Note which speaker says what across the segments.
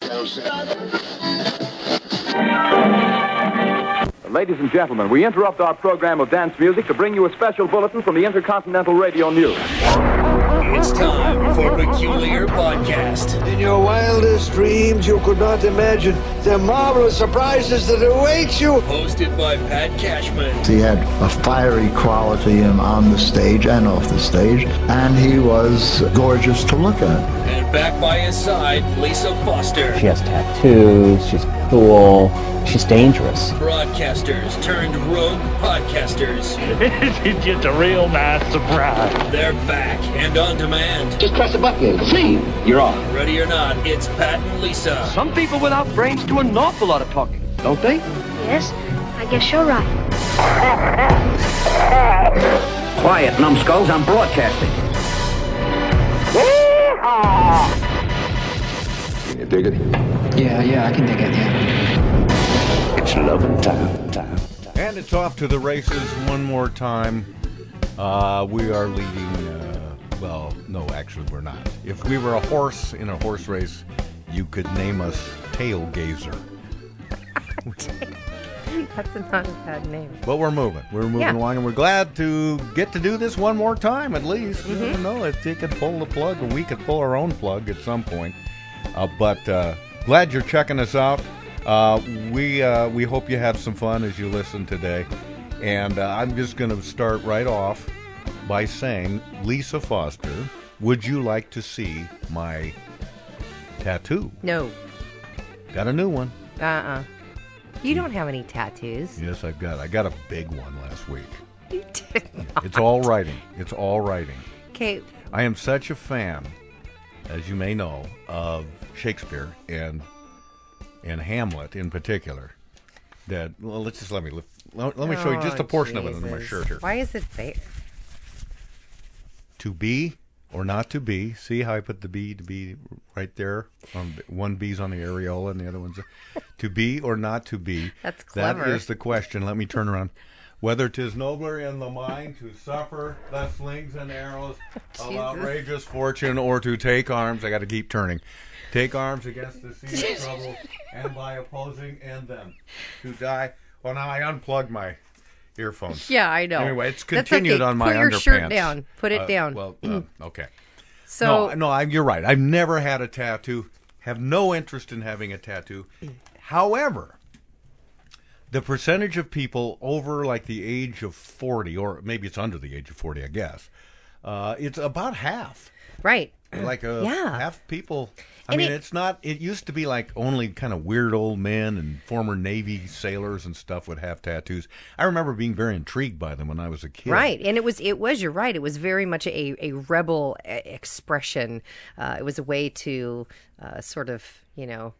Speaker 1: Uh, Ladies and gentlemen, we interrupt our program of dance music to bring you a special bulletin from the Intercontinental Radio News.
Speaker 2: It's time for Peculiar Podcast.
Speaker 3: In your wildest dreams, you could not imagine the marvelous surprises that await you.
Speaker 2: Hosted by Pat Cashman.
Speaker 4: He had a fiery quality in, on the stage and off the stage, and he was gorgeous to look at.
Speaker 2: And back by his side, Lisa Foster.
Speaker 5: She has tattoos. She's cool. She's dangerous.
Speaker 2: Broadcasters turned rogue podcasters.
Speaker 6: it's just a real nice surprise.
Speaker 2: They're back and on demand.
Speaker 7: Just press a button. See, you're on.
Speaker 2: Ready or not, it's Pat and Lisa.
Speaker 8: Some people without brains do an awful lot of talking, don't they?
Speaker 9: Yes, I guess you're right.
Speaker 7: Quiet, numbskulls. I'm broadcasting.
Speaker 1: Can you dig it?
Speaker 7: Yeah, yeah, I can dig it. Yeah. It's loving time. Time.
Speaker 10: And it's off to the races one more time. Uh, we are leading. Uh, well, no, actually, we're not. If we were a horse in a horse race, you could name us Tailgazer.
Speaker 11: That's not a bad name.
Speaker 10: But we're moving. We're moving
Speaker 11: Yeah.
Speaker 10: along, and we're glad to get to do this one more time at least. You never know if they could pull the plug, or we could pull our own plug at some point. Uh, but uh, glad you're checking us out. Uh, we uh, we hope you have some fun as you listen today. And uh, I'm just going to start right off by saying, Lisa Foster, would you like to see my tattoo?
Speaker 11: No.
Speaker 10: Got a new one.
Speaker 11: Uh uh You don't have any tattoos.
Speaker 10: Yes, I've got. I got a big one last week.
Speaker 11: You did not.
Speaker 10: It's all writing. It's all writing.
Speaker 11: Okay.
Speaker 10: I am such a fan, as you may know, of Shakespeare and and Hamlet in particular. That well, let's just let me let, let me show you just a portion of it under my shirt here.
Speaker 11: Oh, Why is it there?
Speaker 10: To be or not to be. See how I put the B to be right there. Um, one B's on the areola, and the other one's to be or not to be.
Speaker 11: That's
Speaker 10: That
Speaker 11: clever.
Speaker 10: is the question. Let me turn around. Whether 'tis nobler in the mind to suffer the slings and arrows of
Speaker 11: Jesus.
Speaker 10: outrageous fortune, or to take arms. I got to keep turning. Take arms against the sea of trouble, and by opposing end them to die. Well, now I unplugged my earphones.
Speaker 11: Yeah, I know.
Speaker 10: Anyway, it's
Speaker 11: That's
Speaker 10: continued
Speaker 11: okay.
Speaker 10: on my
Speaker 11: Put your
Speaker 10: underpants.
Speaker 11: shirt down. Put it
Speaker 10: Uh,
Speaker 11: down.
Speaker 10: Well, uh, okay.
Speaker 11: so
Speaker 10: no, no, I, you're right. I've never had a tattoo. Have no interest in having a tattoo. However, the percentage of people over like the age of 40, or maybe it's under the age of 40, I guess, uh, it's about half.
Speaker 11: right.
Speaker 10: Like a
Speaker 11: Yeah.
Speaker 10: half people. I
Speaker 11: And
Speaker 10: mean,
Speaker 11: it-
Speaker 10: it's not. It used to be like only kind of weird old men and former Navy sailors and stuff would have tattoos. I remember being very intrigued by them when I was a kid.
Speaker 11: Right, and it was it was you're right. It was very much a a rebel e- expression. Uh, it was a way to uh, sort of you know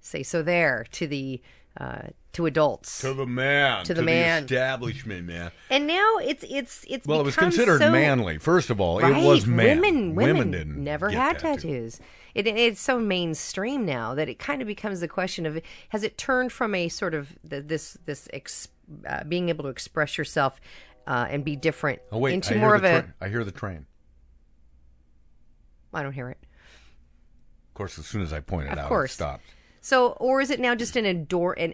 Speaker 11: say so there to the uh, to adults.
Speaker 10: To the man.
Speaker 11: To the man.
Speaker 10: establishment, man.
Speaker 11: and now it's it's it's
Speaker 10: Well, it was
Speaker 11: become
Speaker 10: considered
Speaker 11: so-
Speaker 10: manly. First of all,
Speaker 11: Right.
Speaker 10: it was man.
Speaker 11: Women, women,
Speaker 10: didn't
Speaker 11: never
Speaker 10: get
Speaker 11: had tattoos. It, it's so mainstream now that it kind of becomes the question of has it turned from a sort of the, this this ex, uh, being able to express yourself uh, and be different
Speaker 10: Oh wait,
Speaker 11: into
Speaker 10: I
Speaker 11: more
Speaker 10: hear
Speaker 11: of
Speaker 10: the
Speaker 11: a
Speaker 10: tra- I hear the train.
Speaker 11: I don't hear it.
Speaker 10: Of course, as soon as I pointed
Speaker 11: Of
Speaker 10: out,
Speaker 11: course.
Speaker 10: it stopped.
Speaker 11: So, or is it now just an ador an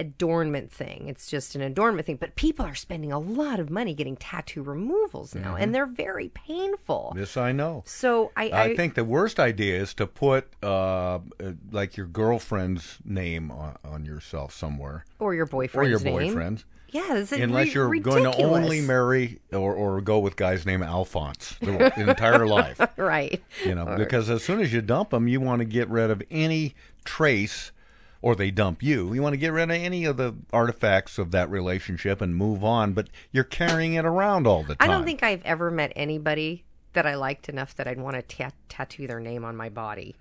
Speaker 11: adornment thing? It's just an adornment thing. But people are spending a lot of money getting tattoo removals now, and they're very painful.
Speaker 10: This I know.
Speaker 11: So I,
Speaker 10: Mm-hmm. I, think the worst idea is to put uh, uh, like your girlfriend's name on, on yourself somewhere,
Speaker 11: or your
Speaker 10: or
Speaker 11: boyfriend's
Speaker 10: your
Speaker 11: name.
Speaker 10: boyfriend's,
Speaker 11: Yeah, this is
Speaker 10: unless
Speaker 11: ri-
Speaker 10: you're going to
Speaker 11: ridiculous.
Speaker 10: only marry or, or go with guys named Alphonse the, the entire life.
Speaker 11: Right.
Speaker 10: you know, because as soon as you dump them, you want to get rid of any trace, or they dump you. You want to get rid of any of the artifacts of that relationship and move on. But you're carrying it around all the
Speaker 11: I
Speaker 10: time.
Speaker 11: don't think I've ever met anybody that I liked enough that I'd want to ta- tattoo their name on my body.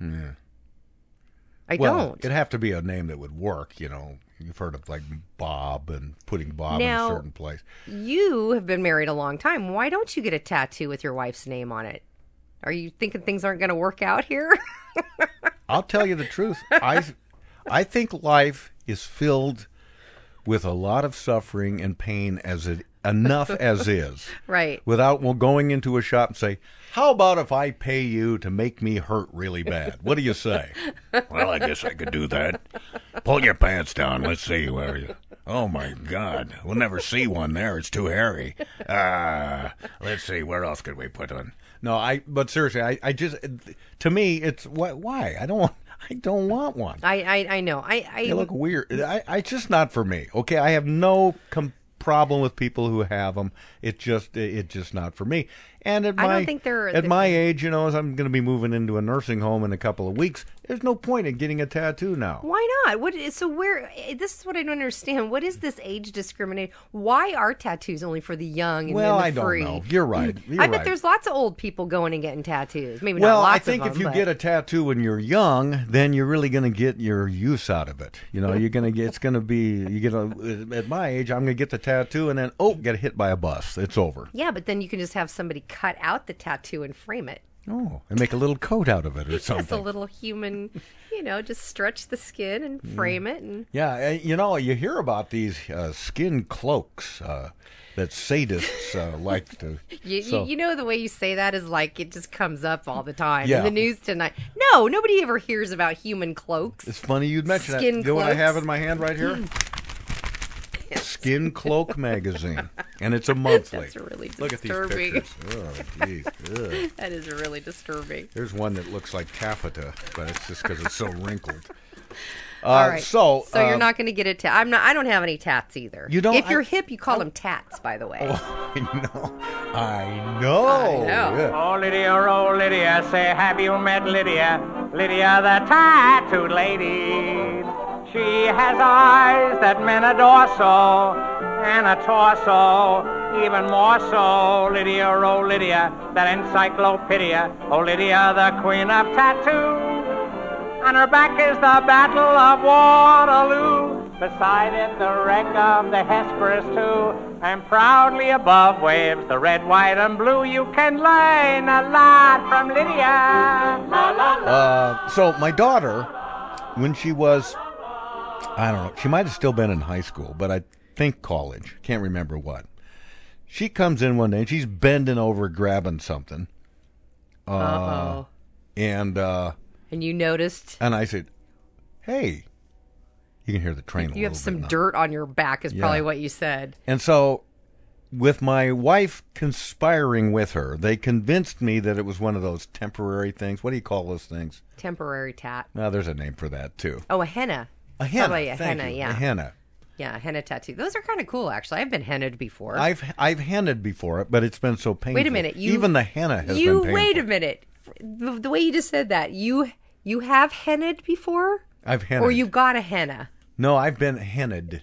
Speaker 11: I
Speaker 10: well,
Speaker 11: don't.
Speaker 10: It'd have to be a name that would work. You know, you've heard of like Bob and putting Bob
Speaker 11: Now-
Speaker 10: in a certain place.
Speaker 11: You have been married a long time. Why don't you get a tattoo with your wife's name on it? Are you thinking things aren't going to work out here?
Speaker 10: I'll tell you the truth. I, I think life is filled with a lot of suffering and pain as it enough as is.
Speaker 11: Right.
Speaker 10: Without well, going into a shop and say, "How about if I pay you to make me hurt really bad?" What do you say?
Speaker 12: well, I guess I could do that. Pull your pants down. Let's see where you. Oh my God, we'll never see one there. It's too hairy.
Speaker 13: Ah,
Speaker 12: Uh, let's see where else could we put one.
Speaker 10: No, I. But seriously, I, I just to me, it's why, why I don't want. I don't want one.
Speaker 11: I, I, I know. I, I
Speaker 10: they look weird. I, I just not for me. Okay, I have no com- problem with people who have them. It just, it, it just not for me. And at
Speaker 11: I
Speaker 10: my,
Speaker 11: don't think they're-
Speaker 10: at
Speaker 11: they're-
Speaker 10: my age, you know, as I'm going to be moving into a nursing home in a couple of weeks, there's no point in getting a tattoo now.
Speaker 11: Why not? What is so where eh, this is what I don't understand. What is this age discrimination? Why are tattoos only for the young and
Speaker 10: well,
Speaker 11: then the
Speaker 10: I don't
Speaker 11: free?
Speaker 10: know. You're right. You're
Speaker 11: I bet
Speaker 10: right.
Speaker 11: there's lots of old people going and getting tattoos. Maybe
Speaker 10: well,
Speaker 11: not
Speaker 10: I
Speaker 11: lots
Speaker 10: think
Speaker 11: of them,
Speaker 10: if you
Speaker 11: but-
Speaker 10: get a tattoo when you're young, then you're really going to get your use out of it. You know, you're going to get it's going to be you get a at my age, I'm going to get the tattoo and then oh, get hit by a bus. It's over.
Speaker 11: yeah, but then you can just have somebody cut out the tattoo and frame it.
Speaker 10: Oh, and make a little coat out of it or
Speaker 11: Just a
Speaker 10: something.
Speaker 11: little human, you know, just stretch the skin and
Speaker 10: Mm.
Speaker 11: frame it and
Speaker 10: Yeah, and, you know, you hear about these uh, skin cloaks uh, that sadists uh, like to.
Speaker 11: You,
Speaker 10: so-
Speaker 11: you, you know the way you say that is like it just comes up all the time
Speaker 10: Yeah.
Speaker 11: in the news tonight. No, nobody ever hears about human cloaks.
Speaker 10: It's funny you'd mention that.
Speaker 11: Skin
Speaker 10: You know what I
Speaker 11: cloaks? Hmm.
Speaker 10: have in my hand right here? Skin Cloak magazine, and it's a monthly.
Speaker 11: That's really
Speaker 10: Look at these
Speaker 11: disturbing.
Speaker 10: pictures. Oh, geez. Ugh.
Speaker 11: that is really disturbing.
Speaker 10: There's one that looks like taffeta, but it's just because it's so wrinkled. Uh,
Speaker 11: all right,
Speaker 10: So,
Speaker 11: so you're
Speaker 10: um,
Speaker 11: not going to get a tat. I'm not. I don't have any tats either.
Speaker 10: You don't-
Speaker 11: If you're
Speaker 10: I- Oh.
Speaker 11: hip, you call them tats. By the way,
Speaker 7: Oh.
Speaker 10: I know. I know. Yeah.
Speaker 14: Oh, Lydia, oh, Lydia, say, have you met Lydia? Lydia, the tattooed lady. She has eyes that men adore so, and a torso, even more so. Lydia, oh, Lydia, that encyclopedia. Oh, Lydia, the queen of tattoo. On her back is the Battle of Waterloo. Beside it, the wreck of the Hesperus, too. And proudly above waves the red, white, and blue. You can learn a lot from Lydia. La, la, la.
Speaker 10: Uh, so my daughter, when she was, I don't know, she might have still been in high school, but I think college. Can't remember what. She comes in one day and she's bending over grabbing something. Uh,
Speaker 11: Uh-oh.
Speaker 10: And uh,
Speaker 11: and you noticed
Speaker 10: and I said, "Hey, you can hear the train." a
Speaker 11: you
Speaker 10: little
Speaker 11: have
Speaker 10: bit
Speaker 11: some
Speaker 10: now.
Speaker 11: dirt on your back is
Speaker 10: Yeah.
Speaker 11: probably what you said.
Speaker 10: And so, with my wife conspiring with her, they convinced me that it was one of those temporary things. What do you call those things?
Speaker 11: Temporary tat.
Speaker 10: Now, there's a name for that too.
Speaker 11: Oh, a henna.
Speaker 10: A henna.
Speaker 11: Probably a
Speaker 10: thank
Speaker 11: henna.
Speaker 10: you,
Speaker 11: Yeah.
Speaker 10: A henna.
Speaker 11: Yeah, a henna tattoo. Those are kind of cool, actually. I've been hennaed before.
Speaker 10: I've I've hennaed before it, but it's been so painful.
Speaker 11: Wait a minute. You,
Speaker 10: Even the henna has
Speaker 11: you,
Speaker 10: been painful.
Speaker 11: Wait a minute. The, the way you just said that, you you have hennaed before,
Speaker 10: I've hennaed.
Speaker 11: or you got a henna,
Speaker 10: No, I've been hennaed.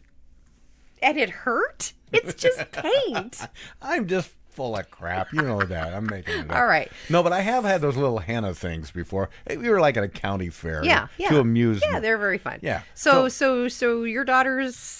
Speaker 11: and it hurt. It's just paint.
Speaker 10: I'm just full of crap. You know that. I'm making it up.
Speaker 11: All right.
Speaker 10: No, but I have had those little henna things before. We were like at a county fair.
Speaker 11: yeah, yeah.
Speaker 10: To amuse.
Speaker 11: Yeah, they're very fun.
Speaker 10: Yeah.
Speaker 11: So, so, so, your daughter's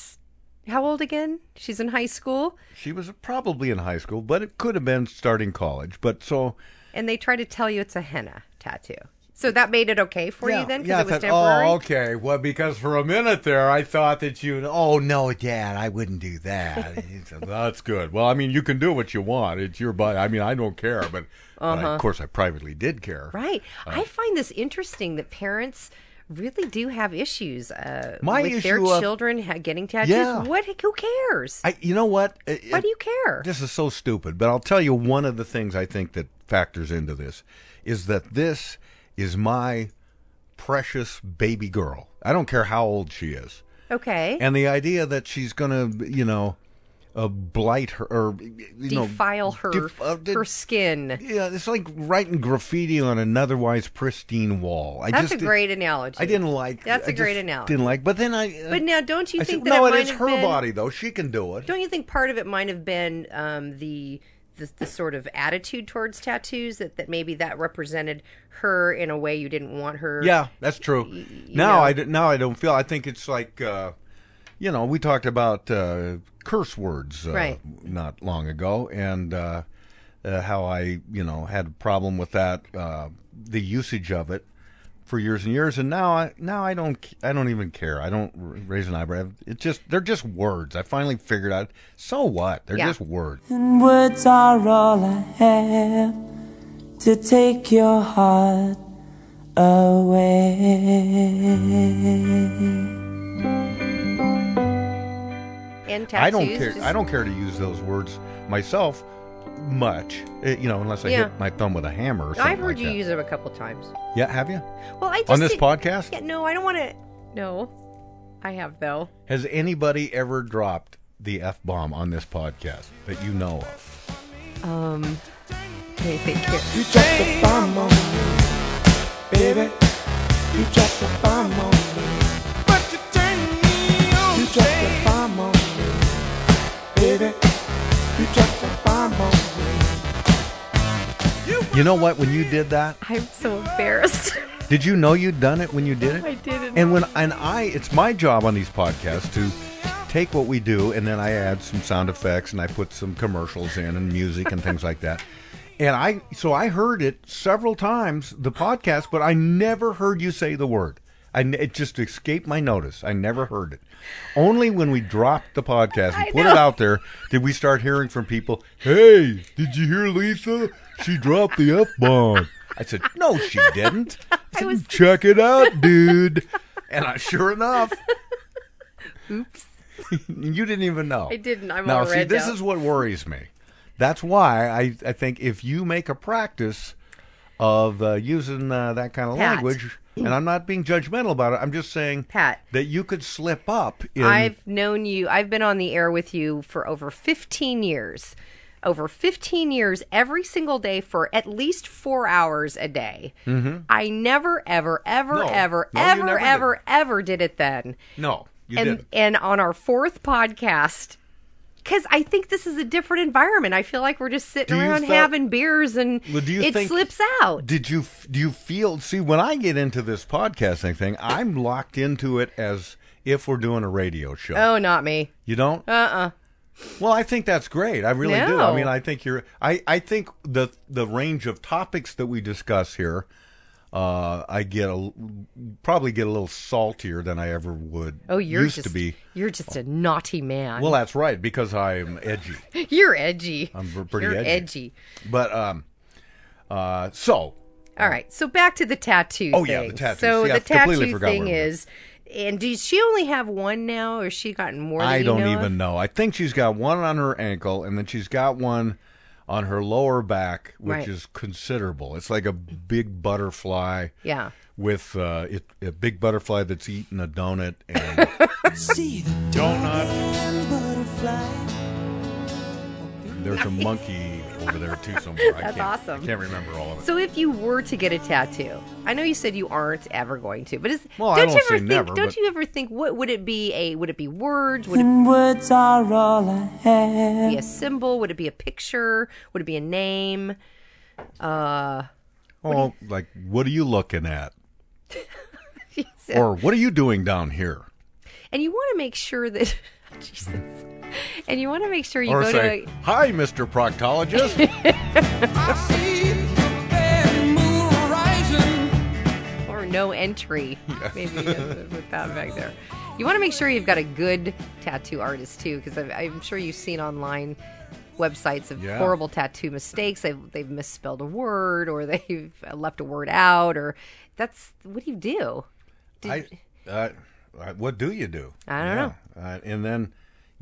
Speaker 11: how old again? She's in high school,
Speaker 10: She was probably in high school, but it could have been starting college. But so
Speaker 11: and they try to tell you it's a henna tattoo. So that made it okay for
Speaker 10: yeah,
Speaker 11: you then, because
Speaker 10: yeah, I
Speaker 11: it was
Speaker 10: thought,
Speaker 11: temporary.
Speaker 10: Oh, okay. Well, because for a minute there, I thought that you. Oh no, Dad, I wouldn't do that. He said, That's good. Well, I mean, you can do what you want. It's your body. I mean, I don't care, but, but I-
Speaker 11: Uh-huh.
Speaker 10: of course, I privately did care. Uh,
Speaker 11: Right.
Speaker 10: Uh-huh.
Speaker 11: I find this interesting that parents really do have issues uh,
Speaker 10: My
Speaker 11: with
Speaker 10: issue
Speaker 11: their
Speaker 10: of-
Speaker 11: children ha- getting tattoos.
Speaker 10: Yeah.
Speaker 11: What? Who cares?
Speaker 10: I, you know what? It-
Speaker 11: Why
Speaker 10: it-
Speaker 11: do you care?
Speaker 10: This is so stupid, but I'll tell you one of the things I think that factors into this is that this is my precious baby girl. I don't care how old she is.
Speaker 11: okay.
Speaker 10: And the idea that she's going to, you know, uh, blight her or you know,
Speaker 11: Defile her
Speaker 10: def- uh, d-
Speaker 11: her skin.
Speaker 10: yeah, it's like writing graffiti on an otherwise pristine wall. I
Speaker 11: That's
Speaker 10: just
Speaker 11: a great analogy.
Speaker 10: I didn't like.
Speaker 11: That's
Speaker 10: a
Speaker 11: a great analogy.
Speaker 10: Didn't like, but then I. uh,
Speaker 11: But now, don't you
Speaker 10: I
Speaker 11: think
Speaker 10: said,
Speaker 11: that
Speaker 10: no,
Speaker 11: it might
Speaker 10: is
Speaker 11: have
Speaker 10: her
Speaker 11: been-
Speaker 10: body though. She can do it.
Speaker 11: Don't you think part of it might have been um, the, the the sort of attitude towards tattoos that, that maybe that represented her in a way you didn't want her?
Speaker 10: Yeah, that's true. Now I d- now I don't feel. I think it's like, uh, you know, we talked about uh, curse words uh,
Speaker 11: Right.
Speaker 10: not long ago, and uh, uh, how I you know had a problem with that, uh, the usage of it for years and years, and now I now I don't I don't even care. I don't raise an eyebrow. It's just they're just words. I finally figured out. So what? They're
Speaker 15: Yeah.
Speaker 10: just words.
Speaker 15: And words are all I have to take your heart away.
Speaker 11: And tattoos.
Speaker 10: I don't care.
Speaker 11: just-
Speaker 10: I don't care to use those words myself much. eh, You know, unless I
Speaker 11: Yeah.
Speaker 10: hit my thumb with a hammer. Or something
Speaker 11: I've heard
Speaker 10: like
Speaker 11: you
Speaker 10: that.
Speaker 11: use them a couple times.
Speaker 10: Yeah, have you?
Speaker 11: Well, I just
Speaker 10: on this
Speaker 11: did-
Speaker 10: podcast.
Speaker 11: Yeah, no, I don't want to. No, I have though.
Speaker 10: Has anybody ever dropped the f bomb on this podcast that you know of?
Speaker 11: Um, let me think here.
Speaker 15: You dropped the bomb on me, baby. You dropped the bomb on me. But you turned me on. You dropped the bomb on me, baby. You dropped the bomb on me.
Speaker 10: You know what? When you did that,
Speaker 11: I'm so embarrassed.
Speaker 10: did you know you'd done it when you did it?
Speaker 11: I didn't.
Speaker 10: And when and I, it's my job on these podcasts to take what we do and then I add some sound effects and I put some commercials in and music and things like that. And I so I heard it several times the podcast, but I never heard you say the word. I n it just escaped my notice. I never heard it. Only when we dropped the podcast and
Speaker 15: I
Speaker 10: put
Speaker 15: know.
Speaker 10: it out there did we start hearing from people. Hey, did you hear Lisa? She dropped the f bomb. I said, no, she didn't. I said, check it out, dude. And I, sure enough,
Speaker 11: Oops.
Speaker 10: you didn't even know.
Speaker 11: I didn't. I'm
Speaker 10: now,
Speaker 11: all
Speaker 10: see,
Speaker 11: red
Speaker 10: this
Speaker 11: now.
Speaker 10: is what worries me. That's why I, I think if you make a practice of uh, using uh, that kind of
Speaker 11: Pat.
Speaker 10: language, and I'm not being judgmental about it, I'm just saying
Speaker 11: Pat.
Speaker 10: that you could slip up in.
Speaker 11: I've known you. I've been on the air with you for over 15 years. Over 15 years, every single day for at least four hours a day.
Speaker 16: Mm-hmm.
Speaker 10: Mhm.
Speaker 11: I never, ever, ever,
Speaker 10: No.
Speaker 11: ever,
Speaker 10: No, you
Speaker 11: ever,
Speaker 10: never did.
Speaker 11: ever, ever did it then.
Speaker 10: No, you
Speaker 11: and
Speaker 10: didn't.
Speaker 11: and on our fourth podcast, because I think this is a different environment. I feel like we're just sitting
Speaker 10: Do you
Speaker 11: around
Speaker 10: felt-
Speaker 11: having beers and
Speaker 10: Well, do you
Speaker 11: it
Speaker 10: think-
Speaker 11: slips out.
Speaker 10: Did you do you feel see when I get into this podcasting thing, I'm locked into it as if we're doing a radio show.
Speaker 11: Oh, not me.
Speaker 10: You don't?
Speaker 11: Uh uh
Speaker 10: Well, I think that's great. I really do.
Speaker 11: No.
Speaker 10: I mean, I think you're. I, I think the the range of topics that we discuss here, uh, I get a probably get a little saltier than I ever would.
Speaker 11: Oh, you're
Speaker 10: used
Speaker 11: just
Speaker 10: to be.
Speaker 11: you're just a naughty man.
Speaker 10: Well, that's right because I'm edgy.
Speaker 11: you're edgy.
Speaker 10: I'm v- pretty
Speaker 11: You're
Speaker 10: edgy.
Speaker 11: edgy.
Speaker 10: But um, uh, so
Speaker 11: All right, so back to the tattoo.
Speaker 10: Oh,
Speaker 11: thing.
Speaker 10: yeah, the tattoos.
Speaker 11: So
Speaker 10: Yeah, I
Speaker 11: the
Speaker 10: completely
Speaker 11: tattoo
Speaker 10: forgot
Speaker 11: thing
Speaker 10: where we were.
Speaker 11: is, and does she only have one now, or has she gotten more? that
Speaker 10: I
Speaker 11: you
Speaker 10: don't
Speaker 11: know of?
Speaker 10: even know. I think she's got one on her ankle, and then she's got one on her lower back, which
Speaker 11: Right.
Speaker 10: is considerable. It's like a big butterfly.
Speaker 11: Yeah.
Speaker 10: With uh, it, a big butterfly that's eating a donut and
Speaker 15: See the
Speaker 10: Donut.
Speaker 15: butterfly.
Speaker 10: there's a monkey over there too somewhere. I
Speaker 11: That's
Speaker 10: can't,
Speaker 11: awesome.
Speaker 10: I can't remember all of it.
Speaker 11: So if you were to get a tattoo, I know you said you aren't ever going to, but is,
Speaker 10: Well, I
Speaker 11: don't,
Speaker 10: don't
Speaker 11: you ever
Speaker 10: say
Speaker 11: think?
Speaker 10: never,
Speaker 11: don't
Speaker 10: but-
Speaker 11: you ever think what would it be? A would it be words? Would it
Speaker 15: And words are all I have.
Speaker 11: be a symbol? Would it be a picture? Would it be a name? Uh,
Speaker 10: oh, like what are you looking at?
Speaker 11: she said-
Speaker 10: Or what are you doing down here?
Speaker 11: and you want to make sure that Jesus, and you want to make sure you
Speaker 10: or
Speaker 11: go to.
Speaker 10: say,
Speaker 11: a-
Speaker 10: "Hi, Mr. Proctologist."
Speaker 11: or no entry. Maybe uh, with that back there. You want to make sure you've got a good tattoo artist too, because I'm sure you've seen online websites of
Speaker 17: Yeah.
Speaker 11: horrible tattoo mistakes. They've, they've misspelled a word or they've uh, left a word out, or that's what do you do?
Speaker 10: I, uh, I- what do you do?
Speaker 11: I don't know.
Speaker 10: Uh, and then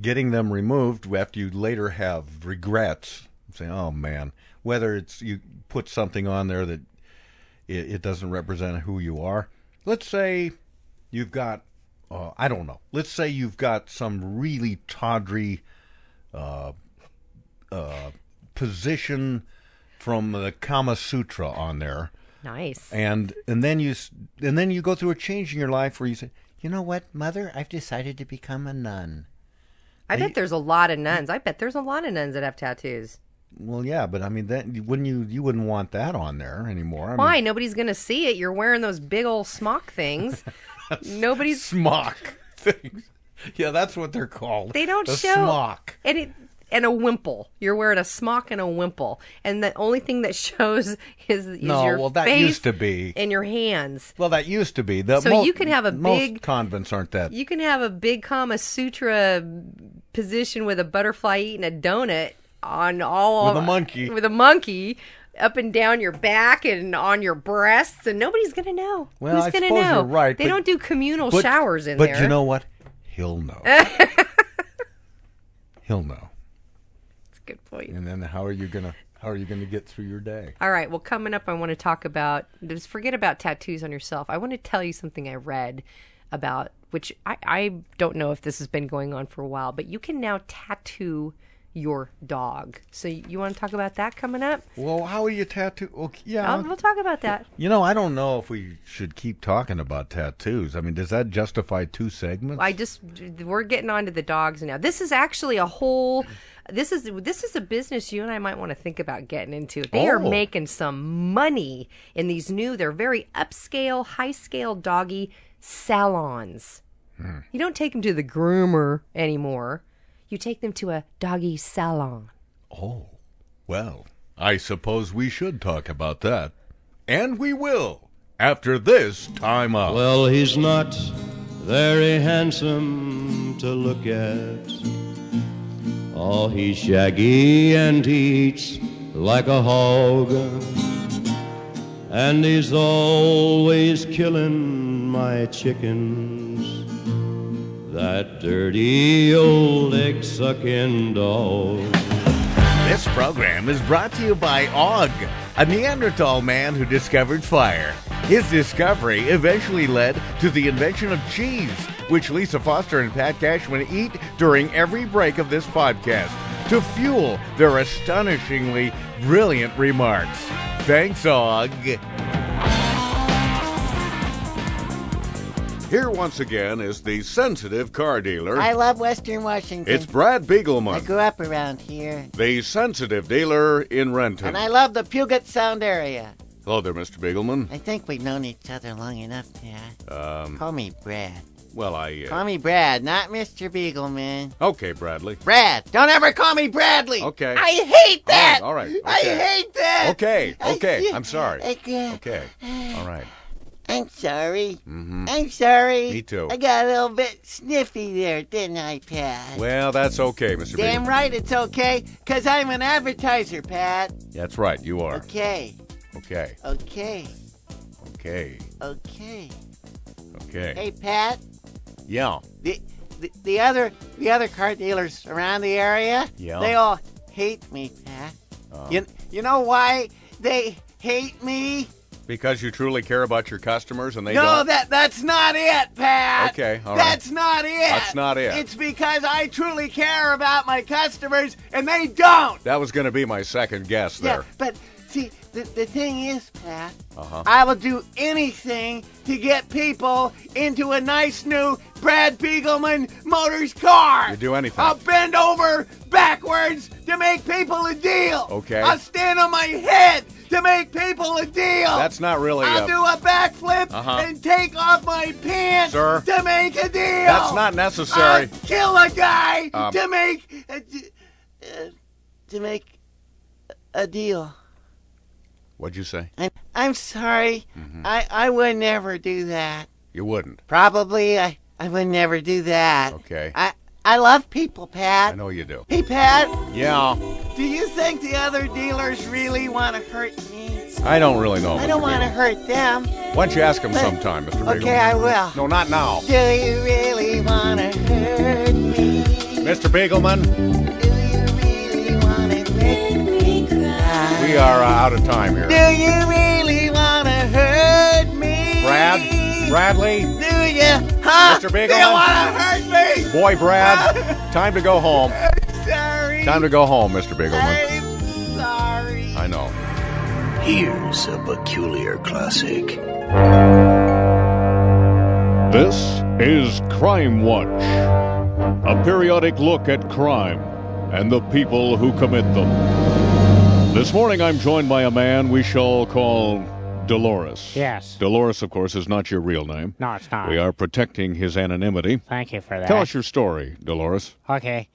Speaker 10: getting them removed after you later have regrets, saying, "Oh man," whether it's you put something on there that it, it doesn't represent who you are. Let's say you've got, uh, I don't know. Let's say you've got some really tawdry uh, uh, position from the Kama Sutra on there
Speaker 11: Nice.
Speaker 10: and and then you s- and then you go through a change in your life where you say, you know what, mother, I've decided to become a nun.
Speaker 11: I bet
Speaker 10: I-
Speaker 11: there's a lot of nuns. I bet there's a lot of nuns that have tattoos.
Speaker 10: Well, yeah, but I mean, that wouldn't you you wouldn't want that on there anymore. I
Speaker 11: Why?
Speaker 10: mean,
Speaker 11: Nobody's gonna see it. You're wearing those big old smock things. Nobody's
Speaker 10: smock things? Yeah, that's what they're called.
Speaker 11: They don't
Speaker 10: a
Speaker 11: show
Speaker 10: smock.
Speaker 11: and it and a wimple. You're wearing a smock and a wimple, and the only thing that shows is, is
Speaker 10: No,
Speaker 11: your
Speaker 10: well, that
Speaker 11: face
Speaker 10: used to be-
Speaker 11: and your hands.
Speaker 10: Well, that used to be the.
Speaker 11: So
Speaker 10: mo-
Speaker 11: you can have a
Speaker 10: most
Speaker 11: big-
Speaker 10: convents aren't that.
Speaker 11: You can have a big Kama Sutra position with a butterfly eating a donut on all
Speaker 10: With a monkey.
Speaker 11: with a monkey up and down your back and on your breasts, and nobody's gonna know.
Speaker 10: Well,
Speaker 11: Who's
Speaker 10: I
Speaker 11: gonna
Speaker 10: suppose
Speaker 11: know?
Speaker 10: you're right,
Speaker 11: They
Speaker 10: but-
Speaker 11: don't do communal
Speaker 10: but-
Speaker 11: showers in
Speaker 10: but
Speaker 11: there.
Speaker 10: you know what? He'll know. He'll know.
Speaker 11: That's a good point. Uh,
Speaker 10: And then how are you gonna how are you gonna get through your day?
Speaker 11: All right. Well, coming up, I want to talk about just forget about tattoos on yourself. I want to tell you something I read about, which I, I don't know if this has been going on for a while, but you can now tattoo your dog. So you want to talk about that coming up?
Speaker 10: Well, how are you tattoo? Okay, yeah.
Speaker 11: I'll, we'll talk about that.
Speaker 10: You know, I don't know if we should keep talking about tattoos. I mean, does that justify two segments?
Speaker 11: I just we're getting on to the dogs now. This is actually a whole this is this is a business you and I might want to think about getting into. They are
Speaker 17: Oh.
Speaker 11: making some money in these new they're very upscale, high scale doggy salons.
Speaker 10: Hmm.
Speaker 11: You don't take them to the groomer anymore. You take them to a doggy salon.
Speaker 10: Oh, well, I suppose we should talk about that. And we will after this time out.
Speaker 18: Well, he's not very handsome to look at. Oh, he's shaggy and he eats like a hog. And he's always killing my chickens. That dirty old egg sucking dog.
Speaker 10: This program is brought to you by Og, a Neanderthal man who discovered fire. His discovery eventually led to the invention of cheese, which Lisa Foster and Pat Cashman eat during every break of this podcast to fuel their astonishingly brilliant remarks. Thanks, Og.
Speaker 16: Here once again is the sensitive car dealer.
Speaker 19: I love Western Washington.
Speaker 16: It's Brad
Speaker 19: I
Speaker 16: Beagleman,
Speaker 19: grew up around here.
Speaker 16: the sensitive dealer in Renton.
Speaker 19: And I love the Puget Sound area.
Speaker 16: Hello there, Mr. Beagleman.
Speaker 19: I think we've known each other long enough now.
Speaker 16: Um,
Speaker 19: Call me Brad.
Speaker 16: Well, I. Uh,
Speaker 19: Call me Brad, not Mr. Beagleman.
Speaker 16: Okay, Bradley.
Speaker 19: Brad! Don't ever call me Bradley!
Speaker 16: Okay.
Speaker 19: I hate that!
Speaker 16: All right. all right,
Speaker 19: I
Speaker 16: okay.
Speaker 19: hate that!
Speaker 16: Okay. Okay. I'm sorry.
Speaker 19: I can't.
Speaker 16: Okay. All right.
Speaker 19: I'm sorry.
Speaker 16: Mhm.
Speaker 19: I'm sorry.
Speaker 16: Me too.
Speaker 19: I got a little bit sniffy there, didn't I, Pat?
Speaker 16: Well, that's okay, Mr.
Speaker 19: Damn
Speaker 16: Beagleman.
Speaker 19: right it's okay, because I'm an advertiser, Pat.
Speaker 16: That's right. You are.
Speaker 19: Okay,
Speaker 16: Okay.
Speaker 19: okay,
Speaker 16: Okay.
Speaker 19: okay.
Speaker 16: Okay.
Speaker 19: Hey, Pat,
Speaker 16: Yeah.
Speaker 19: the, the, the other the other car dealers around the area,
Speaker 16: Yeah.
Speaker 19: they all hate me, Pat.
Speaker 16: Uh,
Speaker 19: You, you know why they hate me?
Speaker 16: because you truly care about your customers and they
Speaker 19: no,
Speaker 16: don't.
Speaker 19: that that's not it, Pat.
Speaker 16: Okay, all right.
Speaker 19: that's not it.
Speaker 16: That's not it.
Speaker 19: It's because I truly care about my customers and they don't.
Speaker 16: That was going to be my second guess
Speaker 19: Yeah,
Speaker 16: there.
Speaker 19: but see, the, the thing is, Pat,
Speaker 16: Uh-huh.
Speaker 19: I will do anything to get people into a nice new Brad Beagleman Motors car.
Speaker 16: You do anything.
Speaker 19: I'll bend over backwards to make people a deal.
Speaker 16: Okay.
Speaker 19: I'll stand on my head to make people a deal.
Speaker 16: That's not really.
Speaker 19: I'll
Speaker 16: a-
Speaker 19: do a backflip
Speaker 16: Uh-huh.
Speaker 19: and take off my pants
Speaker 16: Sir,
Speaker 19: to make a deal.
Speaker 16: That's not necessary.
Speaker 19: I'll kill a guy
Speaker 16: Um,
Speaker 19: to make uh, d- uh, to make a deal.
Speaker 16: What'd you say?
Speaker 19: I'm, I'm sorry.
Speaker 16: Mm-hmm.
Speaker 19: I, I would never do that.
Speaker 16: You wouldn't.
Speaker 19: Probably I, I would never do that.
Speaker 16: Okay.
Speaker 19: I, I love people,
Speaker 16: I
Speaker 19: Pat.
Speaker 16: know you do.
Speaker 19: Hey, Pat,
Speaker 16: Yeah.
Speaker 19: do you think the other dealers really want to hurt me?
Speaker 16: I don't really know.
Speaker 19: I
Speaker 16: Mr.
Speaker 19: don't want to
Speaker 16: Beagle.
Speaker 19: hurt them.
Speaker 16: Why don't you ask him
Speaker 19: But-
Speaker 16: sometime, Mr. Beagle?
Speaker 19: Okay, I will.
Speaker 16: No, not now.
Speaker 19: Do you really want to hurt me?
Speaker 16: Mr. Beagleman,
Speaker 19: Make me cry.
Speaker 16: we are uh, out of time here.
Speaker 19: Do you really want to hurt me?
Speaker 16: Brad? Bradley?
Speaker 19: Do you? Huh?
Speaker 16: Mr.
Speaker 19: Do you
Speaker 16: Beagleman?
Speaker 19: want to hurt me?
Speaker 16: Boy, Brad, time to go home.
Speaker 19: Sorry.
Speaker 16: Time to go home, Mr. Beagleman.
Speaker 19: Sorry.
Speaker 16: I know.
Speaker 20: Here's a peculiar classic.
Speaker 21: This is Crime Watch, a periodic look at crime and the people who commit them. This morning I'm joined by a man we shall call Dolores.
Speaker 22: Yes.
Speaker 21: Dolores, of course, is not your real name.
Speaker 22: No, it's not.
Speaker 21: We are protecting his anonymity.
Speaker 22: Thank you for that.
Speaker 21: Tell us your story, Dolores.
Speaker 22: Okay.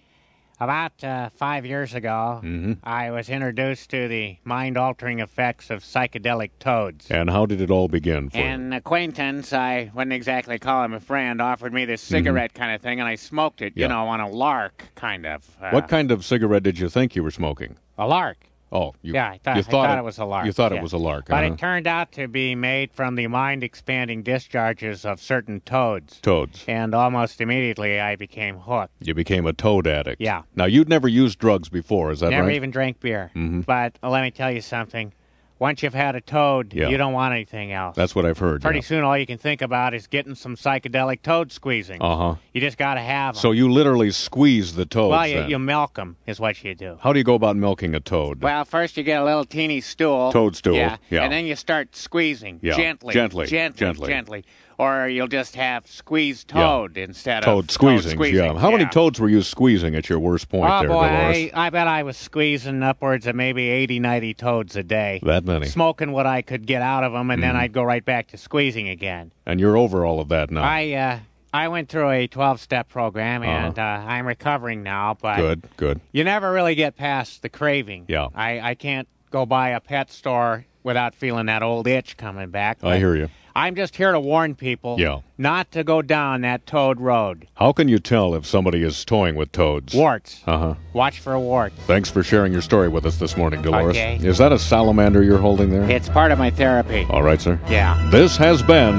Speaker 17: About uh, five years ago,
Speaker 21: Mm.
Speaker 22: Mm-hmm.
Speaker 17: I was introduced to the mind altering effects of psychedelic toads.
Speaker 21: And how did it all begin for you?
Speaker 17: An acquaintance, I wouldn't exactly call him a friend, offered me this cigarette kind of thing, and I smoked it,
Speaker 21: Mm-hmm. Yeah.
Speaker 17: you know, on a lark, kind of. Uh,
Speaker 21: What kind of cigarette did you think you were smoking?
Speaker 17: A lark.
Speaker 21: Oh, you,
Speaker 17: yeah, I thought,
Speaker 21: you
Speaker 17: I
Speaker 21: thought
Speaker 17: thought it, was a lark.
Speaker 21: You thought
Speaker 17: yeah.
Speaker 21: it was a lark.
Speaker 17: But
Speaker 21: uh-huh.
Speaker 17: it turned out to be made from the mind expanding discharges of certain toads.
Speaker 21: Toads.
Speaker 17: And almost immediately I became hooked.
Speaker 21: You became a toad addict.
Speaker 17: Yeah.
Speaker 21: Now you'd never used drugs before, is that
Speaker 17: Never
Speaker 21: right?
Speaker 17: even drank beer.
Speaker 21: Mhm.
Speaker 17: But let me tell you something. Once you've had a toad,
Speaker 21: Yeah.
Speaker 17: you don't want anything else.
Speaker 21: That's what I've heard.
Speaker 17: Pretty soon, all you can think about is getting some psychedelic toad squeezing.
Speaker 21: Uh huh.
Speaker 17: You just got to have them.
Speaker 21: So you literally squeeze the toads.
Speaker 17: well, you,
Speaker 21: then.
Speaker 17: you milk them, is what you do.
Speaker 21: How do you go about milking a toad?
Speaker 17: Well, first you get a little teeny stool.
Speaker 21: Toad stool,
Speaker 17: Yeah.
Speaker 21: yeah.
Speaker 17: And then you start squeezing
Speaker 21: Yeah,
Speaker 17: gently,
Speaker 21: gently,
Speaker 17: gently,
Speaker 21: gently.
Speaker 17: Or you'll just have squeezed
Speaker 21: Yeah.
Speaker 17: toad instead
Speaker 21: toad
Speaker 17: of
Speaker 21: squeezing.
Speaker 17: Toad squeezing.
Speaker 21: Yeah. How many toads were you squeezing at your worst point
Speaker 17: oh
Speaker 21: there,
Speaker 17: boy,
Speaker 21: Dolores?
Speaker 17: I, I bet I was squeezing upwards of maybe 80, 90 toads a day.
Speaker 21: That many. Mm-hmm.
Speaker 17: Smoking what I could get out of them, and then I'd go right back to squeezing again.
Speaker 21: And you're over all of that now.
Speaker 17: I uh, I went through a 12 step program, and uh I'm recovering now, but
Speaker 21: Uh-huh. good, good.
Speaker 17: you never really get past the craving.
Speaker 21: Yeah.
Speaker 17: I, I can't go by a pet store without feeling that old itch coming back.
Speaker 21: I hear you.
Speaker 17: I'm just here to warn people
Speaker 21: Oh, Yeah.
Speaker 17: not to go down that toad road.
Speaker 21: How can you tell if somebody is toying with toads?
Speaker 17: Warts.
Speaker 21: Uh huh.
Speaker 17: Watch for a wart.
Speaker 21: Thanks for sharing your story with us this morning, Dolores.
Speaker 17: Okay.
Speaker 21: Is that a salamander you're holding there?
Speaker 17: It's part of my therapy.
Speaker 21: All right, sir.
Speaker 17: Yeah.
Speaker 21: This has been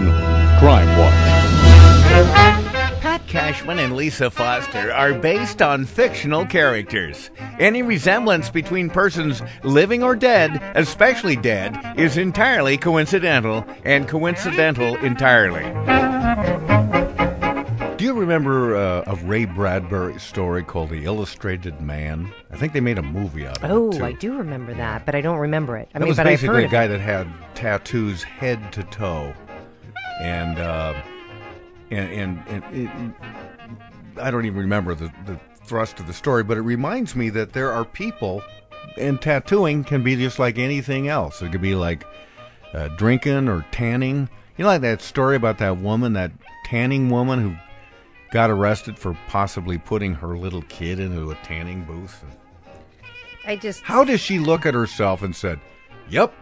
Speaker 21: Crime Watch.
Speaker 22: Pat Cashman and Lisa Foster are based on fictional characters. Any resemblance between persons living or dead, especially dead, is entirely coincidental and coincidental entirely.
Speaker 10: Do you remember uh, of Ray Bradbury's story called The Illustrated Man? I think they made a movie out of it.
Speaker 11: Oh,
Speaker 10: too.
Speaker 11: I do remember that, but I don't remember it. I
Speaker 10: that
Speaker 11: mean,
Speaker 10: was
Speaker 11: but I've
Speaker 10: basically
Speaker 11: heard
Speaker 10: a guy
Speaker 11: of it.
Speaker 10: that had tattoos head to toe, and uh, and and, and it, I don't even remember the, the thrust of the story, but it reminds me that there are people, and tattooing can be just like anything else. It could be like uh, drinking or tanning. You know, like that story about that woman, that tanning woman who got arrested for possibly putting her little kid into a tanning booth.
Speaker 11: I just
Speaker 10: How does she look at herself and said, "Yep,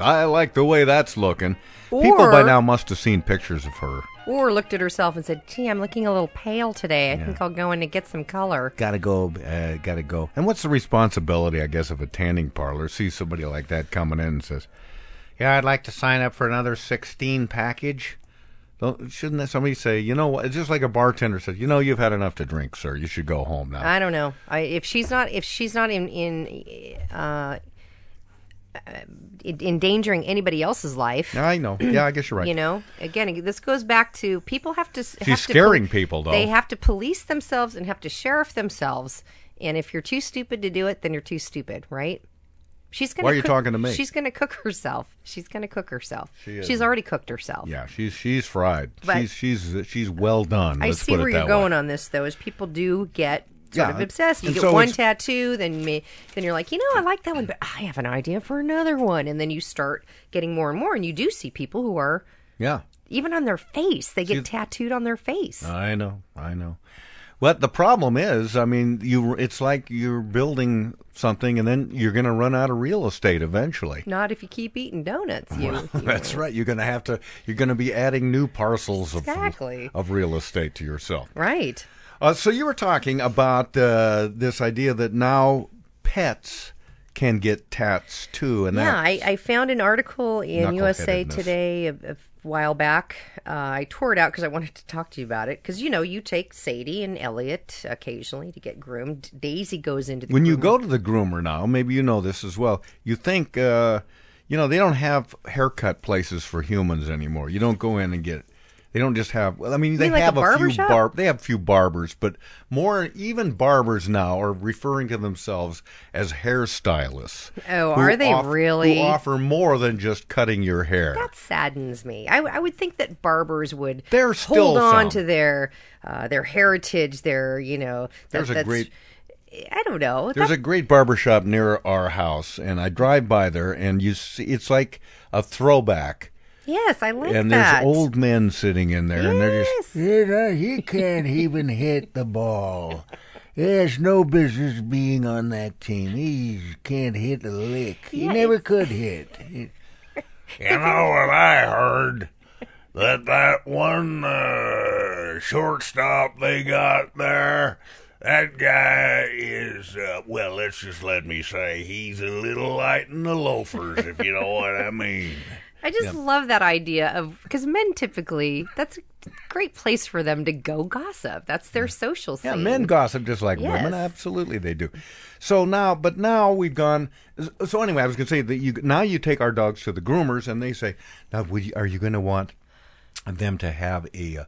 Speaker 10: I like the way that's looking"? People by
Speaker 11: Or-
Speaker 10: now must have seen pictures of her.
Speaker 11: or looked at herself and said, "Gee, I'm looking a little pale today. I think I'll go in and get some color."
Speaker 10: Gotta go, uh, gotta go. And what's the responsibility, I guess, of a tanning parlor? Sees somebody like that coming in and says, "Yeah, I'd like to sign up for another sixteen package." Don't, shouldn't that somebody say, "You know what?" It's just like a bartender says, "You know, you've had enough to drink, sir. You should go home now."
Speaker 11: I don't know. I, if she's not if she's not in in uh, en- endangering anybody else's life.
Speaker 10: I know. Yeah, I guess you're right.
Speaker 11: You know, again, this goes back to people have to. s- Have
Speaker 10: She's
Speaker 11: to
Speaker 10: scaring people, though.
Speaker 11: They have to police themselves and have to sheriff themselves. And if you're too stupid to do it, then you're too stupid, right? She's gonna.
Speaker 10: Why are you
Speaker 11: cook-
Speaker 10: talking to me?
Speaker 11: She's gonna cook herself. She's gonna cook herself.
Speaker 10: She is.
Speaker 11: She's already cooked herself.
Speaker 10: Yeah, she's she's fried.
Speaker 11: But-
Speaker 10: she's she's she's well done.
Speaker 11: I
Speaker 10: Let's
Speaker 11: see
Speaker 10: put
Speaker 11: where
Speaker 10: it
Speaker 11: you're
Speaker 10: that way.
Speaker 11: going on this though, is people do get sort
Speaker 10: Yeah,
Speaker 11: of obsessed. You
Speaker 10: and
Speaker 11: get
Speaker 10: so
Speaker 11: one
Speaker 10: it's-
Speaker 11: tattoo, then you may, then you're like, you know, I like that one, but I have an idea for another one, and then you start getting more and more, and you do see people who are
Speaker 10: Yeah.
Speaker 11: even on their face, they get tattooed on their face.
Speaker 10: I know, I know. But the problem is, I mean, you it's like you're building something and then you're going to run out of real estate eventually.
Speaker 11: Not if you keep eating donuts. You,
Speaker 10: That's right. You're going to have to you're going to be adding new parcels of
Speaker 11: Exactly.
Speaker 10: of real estate to yourself.
Speaker 11: right?
Speaker 10: Uh, so you were talking about uh, this idea that now pets can get tats too and
Speaker 11: yeah,
Speaker 10: that
Speaker 11: I, I found an article in USA
Speaker 10: Knuckleheadedness.
Speaker 11: Today a, a while back. Uh, I tore it out because I wanted to talk to you about it. Because you know, you take Sadie and Elliot occasionally to get groomed. Daisy goes into the
Speaker 10: when you
Speaker 11: groomer.
Speaker 10: go to the groomer now, maybe you know this as well. You think, uh, you know, they don't have haircut places for humans anymore. You don't go in and get. They don't just have. Well, I mean, they
Speaker 11: mean like a
Speaker 10: have a,
Speaker 11: barber
Speaker 10: few
Speaker 11: shop?
Speaker 10: barb. They have few barbers, but more even barbers now are referring to themselves as hairstylists.
Speaker 11: Oh,
Speaker 10: who
Speaker 11: are they
Speaker 10: off-
Speaker 11: really?
Speaker 10: Who offer more than just cutting your hair.
Speaker 11: That saddens me. I, I would think that barbers would
Speaker 10: still
Speaker 11: hold on
Speaker 10: some.
Speaker 11: to their uh, their heritage, their you know. That,
Speaker 10: There's a
Speaker 11: that's,
Speaker 10: great-
Speaker 11: I don't know.
Speaker 10: There's
Speaker 11: That-
Speaker 10: a great barbershop near our house, and I drive by there, and you see it's like a throwback.
Speaker 11: yes, I like
Speaker 10: and
Speaker 11: that.
Speaker 10: there's old men sitting in there, and they're just
Speaker 13: You know, he can't even hit the ball.
Speaker 3: There's no business being on that team. He can't hit a lick. He
Speaker 13: Yeah,
Speaker 3: never could hit.
Speaker 13: You know what I heard? That that one uh, shortstop they got there, that guy is uh, well. Let's just let me say he's a little light in the loafers, if you know what I mean.
Speaker 11: I just
Speaker 13: Yeah.
Speaker 11: love that idea of because men typically that's a great place for them to go gossip. That's their social scene.
Speaker 10: Yeah, men gossip just like
Speaker 11: Yes.
Speaker 10: women. Absolutely, they do. So now, but now we've gone. So anyway, I was going to say that you now you take our dogs to the groomers and they say, now would you, are you going to want them to have a uh,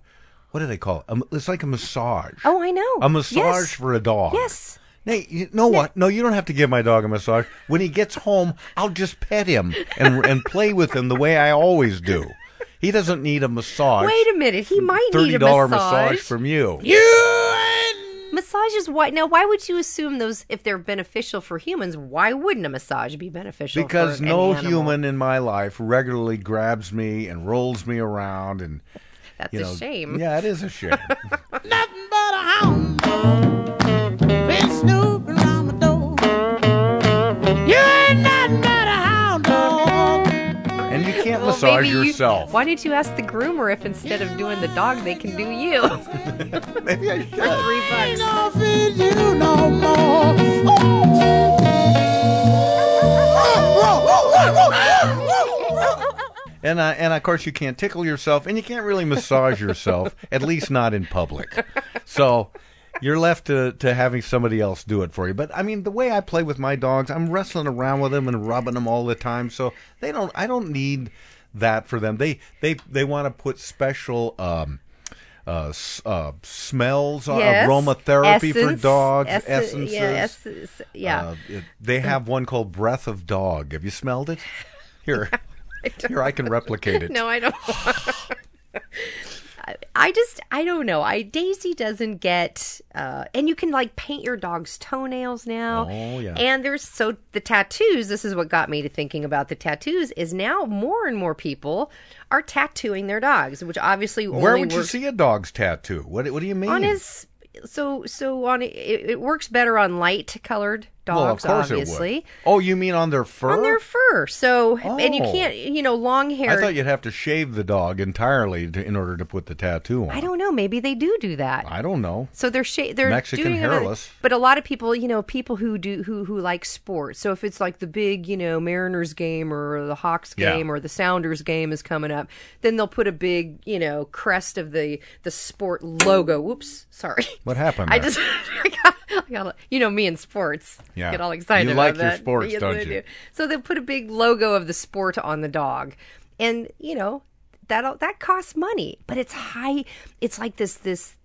Speaker 10: what do they call it? Um, it's like a massage.
Speaker 11: Oh, I know.
Speaker 10: A massage
Speaker 11: Yes.
Speaker 10: for a dog.
Speaker 11: Yes.
Speaker 10: Hey, you know what? No, you don't have to give my dog a massage. When he gets home, I'll just pet him and and play with him the way I always do. He doesn't need a massage.
Speaker 11: Wait a minute. He might need
Speaker 10: Thirty
Speaker 11: a
Speaker 10: dollar
Speaker 11: massage.
Speaker 10: massage from you.
Speaker 11: Massage is why now. Why would you assume those if they're beneficial for humans? Why wouldn't a massage be beneficial? for
Speaker 10: because
Speaker 11: any
Speaker 10: no
Speaker 11: animal?
Speaker 10: human in my life regularly grabs me and rolls me around and
Speaker 11: That's
Speaker 10: you
Speaker 11: a
Speaker 10: know,
Speaker 11: shame.
Speaker 10: yeah it is a shame
Speaker 15: Been snooping around the door. You ain't nothing but a hound dog.
Speaker 10: and you can't
Speaker 11: Well,
Speaker 10: massage
Speaker 11: maybe you-
Speaker 10: yourself
Speaker 11: why didn't you ask the groomer if instead of doing the dog, they can do you?
Speaker 10: maybe I should.
Speaker 11: three bucks.
Speaker 15: Feed you no more.
Speaker 10: and uh, and of course you can't tickle yourself and you can't really massage yourself at least not in public so you're left to, to having somebody else do it for you but i mean the way i play with my dogs i'm wrestling around with them and rubbing them all the time so they don't i don't need that for them they they they want to put special um uh, s- uh smells on
Speaker 11: Yes.
Speaker 10: aromatherapy for
Speaker 11: Essence.
Speaker 10: dogs
Speaker 11: Esse- yeah,
Speaker 10: essences
Speaker 11: essences, yeah.
Speaker 10: Uh, it- they have one called breath of dog have you smelled it here here i can replicate it
Speaker 11: no, I don't. I- I just I don't know. I Daisy doesn't get uh and you can like paint your dog's toenails now.
Speaker 15: Oh, yeah.
Speaker 11: And there's so the tattoos, this is what got me to thinking about the tattoos is now more and more people are tattooing their dogs, which obviously
Speaker 10: Where
Speaker 11: only
Speaker 10: would you
Speaker 11: works
Speaker 10: see a dog's tattoo? What What do you mean?
Speaker 11: on his so so on it, it works better on light colored
Speaker 10: Well,
Speaker 11: dogs
Speaker 10: of course it would.
Speaker 11: obviously.
Speaker 10: Oh, you mean on their fur?
Speaker 11: On their fur. So and you
Speaker 10: Oh.
Speaker 11: can't you know long
Speaker 10: I
Speaker 11: haired
Speaker 10: thought you'd have to shave the dog entirely to, in order to put the tattoo on.
Speaker 11: I don't know. Maybe they do do that.
Speaker 10: I don't know.
Speaker 11: So they're sha- they're
Speaker 10: Mexican
Speaker 11: doing it-
Speaker 10: hairless.
Speaker 11: but a lot of people, you know, people who do who who like sports. So if it's like the big, you know, Mariners game or the Hawks
Speaker 15: Yeah.
Speaker 11: game or the Sounders game is coming up, then they'll put a big, you know, crest of the the sport logo. Whoops, sorry.
Speaker 10: What happened?
Speaker 11: I
Speaker 10: there?
Speaker 11: just, I got, I got, you know, me and sports.
Speaker 10: Yeah.
Speaker 11: Get all excited.
Speaker 10: You
Speaker 11: about
Speaker 10: like your
Speaker 11: that.
Speaker 10: sports,
Speaker 11: Yes,
Speaker 10: don't
Speaker 11: I
Speaker 10: you?
Speaker 11: do. So they put a big logo of the sport on the dog, and you know that that costs money, but it's high. It's like this this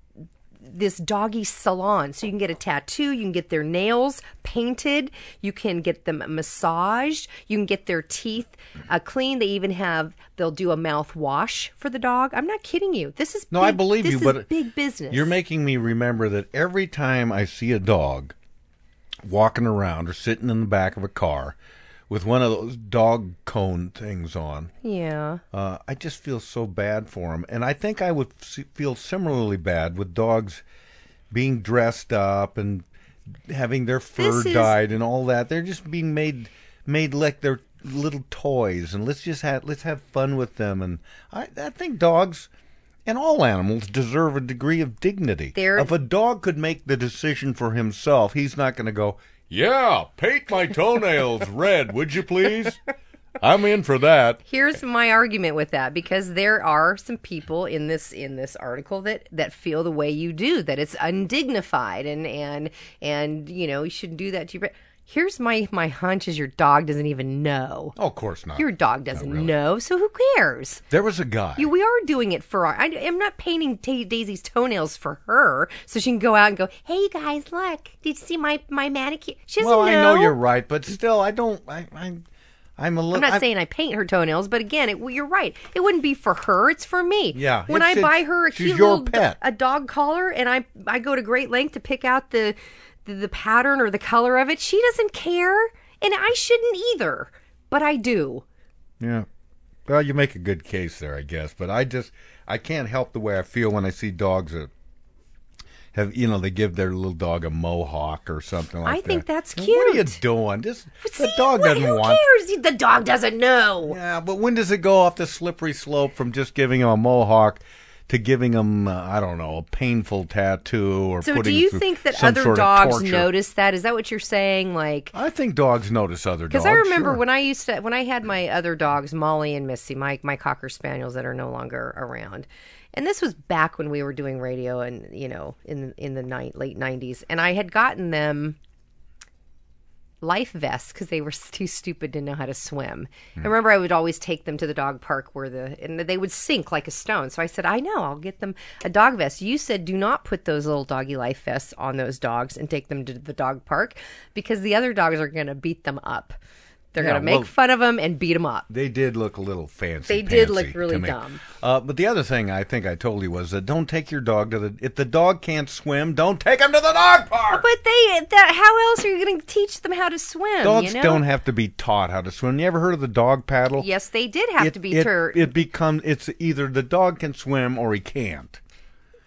Speaker 11: this doggy salon. So you can get a tattoo, you can get their nails painted, you can get them massaged, you can get their teeth uh, clean. They even have they'll do a mouth wash for the dog. I'm not kidding you. This is
Speaker 10: No,
Speaker 11: big,
Speaker 10: I believe
Speaker 11: this
Speaker 10: you,
Speaker 11: is
Speaker 10: but
Speaker 11: big business.
Speaker 10: You're making me remember that every time I see a dog walking around or sitting in the back of a car with one of those dog cone things on,
Speaker 11: yeah.
Speaker 10: Uh, I just feel so bad for them, and I think I would s- feel similarly bad with dogs being dressed up and having their fur
Speaker 11: This is-
Speaker 10: dyed and all that. They're just being made made like they're little toys, and let's just have let's have fun with them. And I, I think dogs and all animals deserve a degree of dignity.
Speaker 11: They're-
Speaker 10: If a dog could make the decision for himself, he's not going to go. Yeah, paint my toenails red, would you please? I'm in for that.
Speaker 11: Here's my argument with that because there are some people in this in this article that that feel the way you do that it's undignified and and and you know you shouldn't do that to your. Here's my my hunch is your dog doesn't even know.
Speaker 10: Oh, of course not.
Speaker 11: Your dog doesn't know, so who cares?
Speaker 10: There was a guy.
Speaker 11: You, we are doing it for our. I, I'm not painting Ta Daisy's toenails for her, so she can go out and go. Hey, you guys, look! Did you see my my manicure? She doesn't
Speaker 10: well, I know you're right, but still, I don't. I, I I'm a little.
Speaker 11: I'm not saying I paint her toenails, but again, it, you're right. It wouldldn't be for her; it's for me.
Speaker 10: Yeah,
Speaker 11: When
Speaker 10: it's-
Speaker 11: I buy
Speaker 10: it's-
Speaker 11: her a
Speaker 10: she's
Speaker 11: cute
Speaker 10: your
Speaker 11: little do-
Speaker 10: pet.
Speaker 11: a dog collar, and I I go to great length to pick out the, the the pattern or the color of it, she doesn't care, and I shouldn't either, but I do.
Speaker 10: Yeah. Well, you make a good case there, I guess, but I just I can't help the way I feel when I see dogs that have you know they give their little dog a mohawk or something like
Speaker 11: I
Speaker 10: that.
Speaker 11: think that's
Speaker 10: What are you doing? Just the dog doesn't
Speaker 11: Who
Speaker 10: want.
Speaker 11: cares? The dog doesn't know.
Speaker 10: Yeah, but when does it go off the slippery slope from just giving him a mohawk to giving him uh, I don't know a painful tattoo or
Speaker 11: So, do
Speaker 10: putting
Speaker 11: you
Speaker 10: through
Speaker 11: think that
Speaker 10: some
Speaker 11: other
Speaker 10: sort of
Speaker 11: dogs
Speaker 10: torture?
Speaker 11: notice that? Is that what you're saying? Like,
Speaker 10: I think dogs notice other dogs.
Speaker 11: because I remember
Speaker 10: sure.
Speaker 11: when I used to, when I had my other dogs, Molly and Missy, my my cocker spaniels that are no longer around, and this was back when we were doing radio, and you know, in in the night late '90s, and I had gotten them life vests because they were s- too stupid to know how to swim.
Speaker 4: Hmm.
Speaker 11: I remember I would always take them to the dog park where the and they would sink like a stone. So I said, I know, I'll get them a dog vest. You said do not put those little doggy life vests on those dogs and take them to the dog park because the other dogs are going to beat them up. They're
Speaker 10: Yeah,
Speaker 11: going to make
Speaker 10: well-
Speaker 11: fun of them and beat them up.
Speaker 10: They did look a little fancy.
Speaker 11: They did look
Speaker 10: pantsy
Speaker 11: really
Speaker 10: to me.
Speaker 11: dumb.
Speaker 10: Uh, but the other thing I think I told you was that don't take your dog to the. If the dog can't swim, don't take him to the dog park.
Speaker 11: But they, that, how else are you going to teach them how to swim?
Speaker 10: Dogs
Speaker 11: you know?
Speaker 10: don't have to be taught how to swim. You ever heard of the dog paddle?
Speaker 11: Yes, they did have
Speaker 10: it,
Speaker 11: to be
Speaker 10: it,
Speaker 11: tur-
Speaker 10: It becomes it's either the dog can swim or he can't.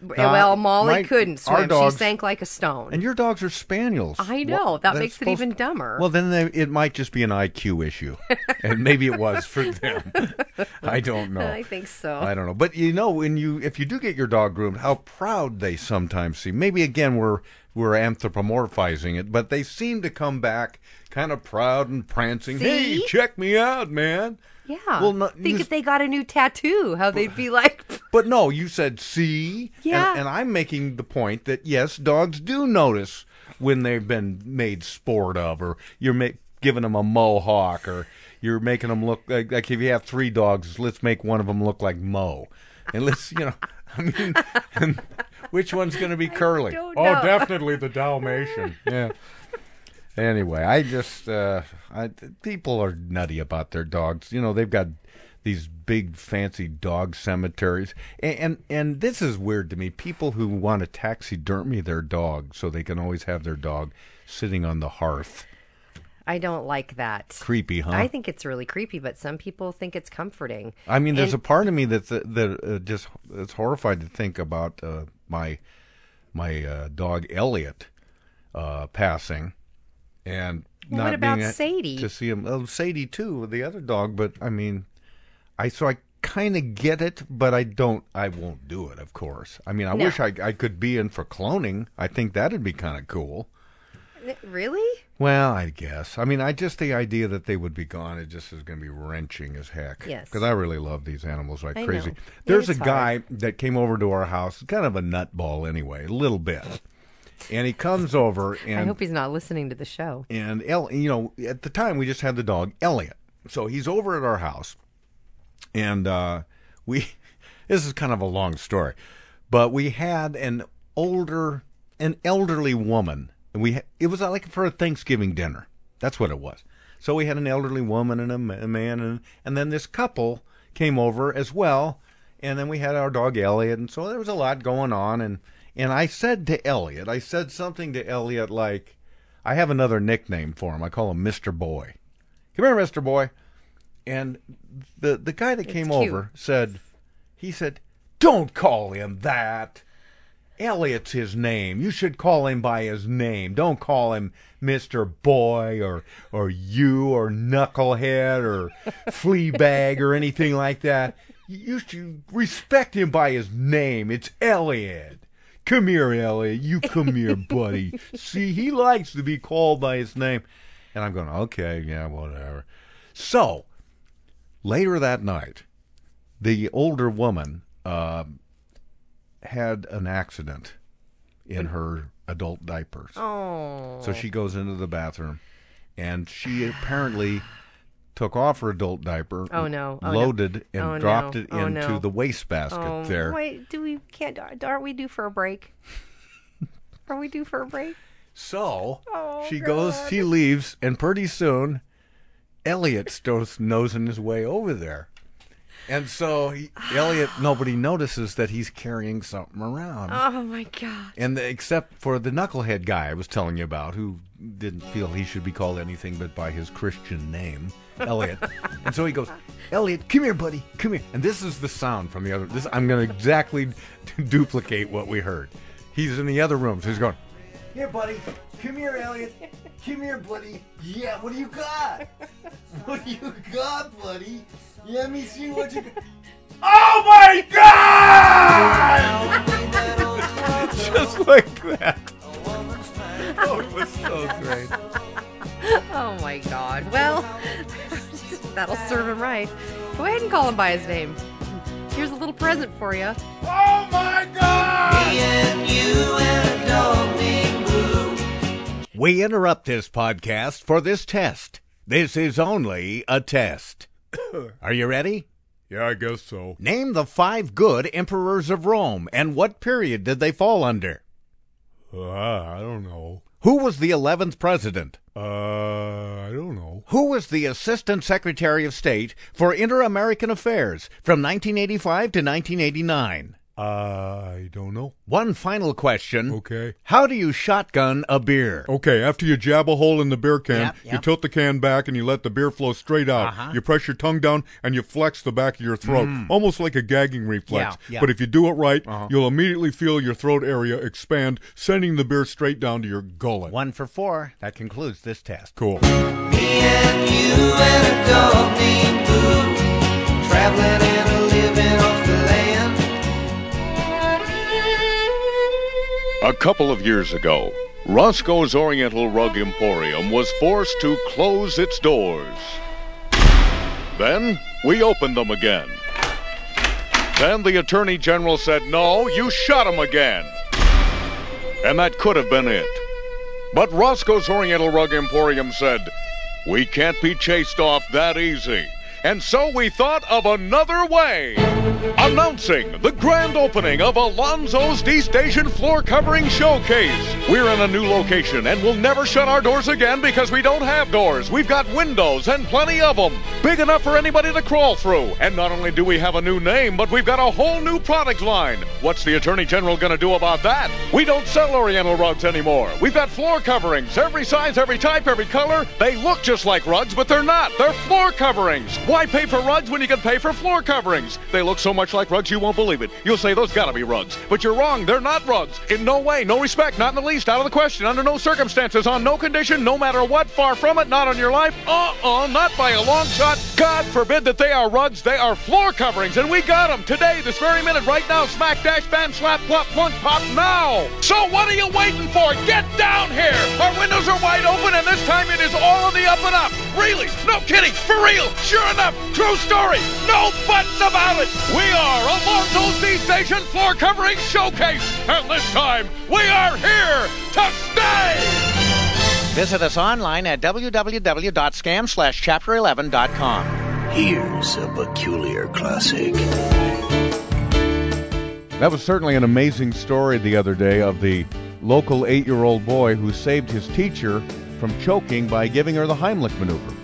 Speaker 11: well, Molly
Speaker 10: uh, my-
Speaker 11: couldn't
Speaker 10: our
Speaker 11: swim.
Speaker 10: dogs-
Speaker 11: she sank like a stone.
Speaker 10: And your dogs are spaniels.
Speaker 11: I know.
Speaker 10: Well,
Speaker 11: that
Speaker 10: they're
Speaker 11: makes it
Speaker 10: supposed-
Speaker 11: even dumber.
Speaker 10: Well, then they, it might just be an IQ issue, and maybe it was for them. I don't know.
Speaker 11: I think so.
Speaker 10: I don't know. But you know, when you if you do get your dog groomed, how proud they sometimes seem. Maybe again we're we're anthropomorphizing it, but they seem to come back kind of proud and prancing. Hey,
Speaker 11: See?
Speaker 10: check me out, man.
Speaker 11: Yeah.
Speaker 10: Well, no,
Speaker 11: think
Speaker 10: you-
Speaker 11: if they got a new tattoo, how they'd be like.
Speaker 10: But no, you said see. And-
Speaker 11: Yeah.
Speaker 10: And, I'm making the point that yes, dogs do notice when they've been made sport of, or you're ma- giving them a mohawk, or you're making them look like, like if you have three dogs, let's make one of them look like Mo, and let's you know, I mean, and which one's going to be curly?
Speaker 16: don't
Speaker 10: Oh,
Speaker 16: know.
Speaker 10: definitely the Dalmatian. yeah. Anyway, I just uh, I people are nutty about their dogs. You know, they've got these big fancy dog cemeteries, and and, and this is weird to me. People who want to taxidermy their dog so they can always have their dog sitting on the hearth.
Speaker 11: I don't like that.
Speaker 10: Creepy, huh?
Speaker 11: I think it's really creepy, but some people think it's comforting.
Speaker 10: I mean, there's a
Speaker 11: And-
Speaker 10: part of me that's that uh, just it's horrified to think about uh, my my uh, dog Elliot uh, passing, and
Speaker 11: Well,
Speaker 10: not
Speaker 11: what about
Speaker 10: being a-
Speaker 11: Sadie?
Speaker 10: to see him. Oh, Sadie too, the other dog. But I mean, I so I kind of get it, but I don't. I won't do it. Of course. I mean, I
Speaker 11: No.
Speaker 10: wish I I could be in for cloning. I think that'd be kind of cool.
Speaker 11: N- Really?
Speaker 10: Well, I guess. I mean, I just the idea that they would be gone. It just is going to be wrenching as heck.
Speaker 11: Yes.
Speaker 10: Because I really love these animals like
Speaker 11: I
Speaker 10: crazy.
Speaker 11: know. It
Speaker 10: There's a
Speaker 11: is
Speaker 10: guy that came over to our house, kind of a nutball anyway, a little bit, and he comes over and
Speaker 11: I hope he's not listening to the show.
Speaker 10: and El, you know, at the time we just had the dog Elliot, so he's over at our house, and uh, we. This is kind of a long story, but we had an older, an elderly woman, and we ha- it was like for a Thanksgiving dinner. That's what it was. So we had an elderly woman and a, ma- a man, and and then this couple came over as well, and then we had our dog Elliot, and so there was a lot going on, and and I said to Elliot, I said something to Elliot like, I have another nickname for him. I call him Mister Boy. Come here, Mister Boy. And the the guy that
Speaker 5: It's
Speaker 10: came
Speaker 5: cute.
Speaker 10: over said, he said, don't call him that. Elliot's his name. You should call him by his name. Don't call him Mister Boy or or you or Knucklehead or Fleabag or anything like that. You should respect him by his name. It's Elliot. Come here, Elliot. You come here, buddy. See, he likes to be called by his name. And I'm going, okay, yeah, whatever. So later that night, the older woman uh, had an accident in her adult diapers.
Speaker 11: Oh.
Speaker 10: So she goes into the bathroom, and she apparently took off her adult diaper.
Speaker 11: Oh, no. Oh, no.
Speaker 10: loaded and
Speaker 11: Oh,
Speaker 10: dropped
Speaker 11: no.
Speaker 10: it
Speaker 11: Oh,
Speaker 10: into
Speaker 11: no.
Speaker 10: the wastebasket
Speaker 11: Oh,
Speaker 10: there.
Speaker 11: Wait, do we can't? Aren't we due for a break? Are we due for a break?
Speaker 10: So
Speaker 11: Oh,
Speaker 10: she goes, she leaves, and pretty soon, Elliot starts nosing his way over there. And so he, Elliot, nobody notices that he's carrying something around.
Speaker 11: Oh my god.
Speaker 10: And the, except for the knucklehead guy I was telling you about, who didn't feel he should be called anything but by his Christian name, Elliot. and so he goes, Elliot, come here, buddy, come here. And this is the sound from the other. This I'm going to exactly duplicate what we heard. He's in the other room. So he's going,
Speaker 19: Here, buddy. Come here, Elliot. Come here, buddy. Yeah, what do you got? What do you got, buddy? Let me see what you got.
Speaker 13: Oh my God!
Speaker 10: Just like that. Oh, it was so great.
Speaker 11: oh my god. Well, that'll serve him right. Go ahead and call him by his name. Here's a little present for you.
Speaker 13: Oh my God!
Speaker 22: We interrupt this podcast for this test. This is only a test. Are you ready?
Speaker 10: Yeah, I guess so.
Speaker 22: Name the five good emperors of Rome and what period did they fall under?
Speaker 10: Uh, I don't know.
Speaker 22: Who was the 11th president?
Speaker 10: Uh, I don't know.
Speaker 22: Who was the Assistant Secretary of State for Inter American Affairs from 1985 to 1989?
Speaker 10: I don't know.
Speaker 22: One final question.
Speaker 10: Okay.
Speaker 22: How do you shotgun a beer?
Speaker 10: Okay, after you jab a hole in the beer can,
Speaker 22: Yep,
Speaker 10: you
Speaker 22: yep.
Speaker 10: tilt the can back and you let the beer flow straight out.
Speaker 22: Uh-huh. Mm.
Speaker 10: You press your tongue down and you flex the back of your throat, almost like a gagging reflex.
Speaker 22: Yeah, yeah.
Speaker 10: But if you do it right,
Speaker 22: Uh-huh.
Speaker 10: you'll immediately feel your throat area expand, sending the beer straight down to your gullet.
Speaker 22: One for four. That concludes this test.
Speaker 10: Cool.
Speaker 21: A couple of years ago, Roscoe's Oriental Rug Emporium was forced to close its doors. Then we opened them again. Then the Attorney General said, No, you shut them again. And that could have been it. But Roscoe's Oriental Rug Emporium said, We can't be chased off that easy. And so we thought of another way. Announcing the grand opening of Alonzo's D Station Floor Covering Showcase. We're in a new location and we'll never shut our doors again because we don't have doors. We've got windows and plenty of them, big enough for anybody to crawl through. And not only do we have a new name, but we've got a whole new product line. What's the Attorney General going to do about that? We don't sell Oriental rugs anymore. We've got floor coverings, every size, every type, every color. They look just like rugs, but they're not. They're floor coverings. Why pay for rugs when you can pay for floor coverings? They look so much like rugs you won't believe it. You'll say those gotta be rugs. But you're wrong. They're not rugs. In no way, no respect, not in the least, out of the question, under no circumstances, on no condition, no matter what, far from it, not on your life. Uh uh not by a long shot. God forbid that they are rugs. They are floor coverings, and we got them today, this very minute, right now. Smack, dash, bam, slap, plop, plunk, pop, now. So what are you waiting for? Get down here. Our windows are wide open, and this time it is all on the up and up. Really? No kidding. For real. Sure enough. True story. No buts about it. We are Alonzo's D Station Floor Covering Showcase, and this time we are here to stay.
Speaker 4: Visit us online at www.scam/chapter11.com.
Speaker 20: Here's a peculiar classic.
Speaker 10: That was certainly an amazing story the other day of the local eight year old boy who saved his teacher from choking by giving her the Heimlich maneuver.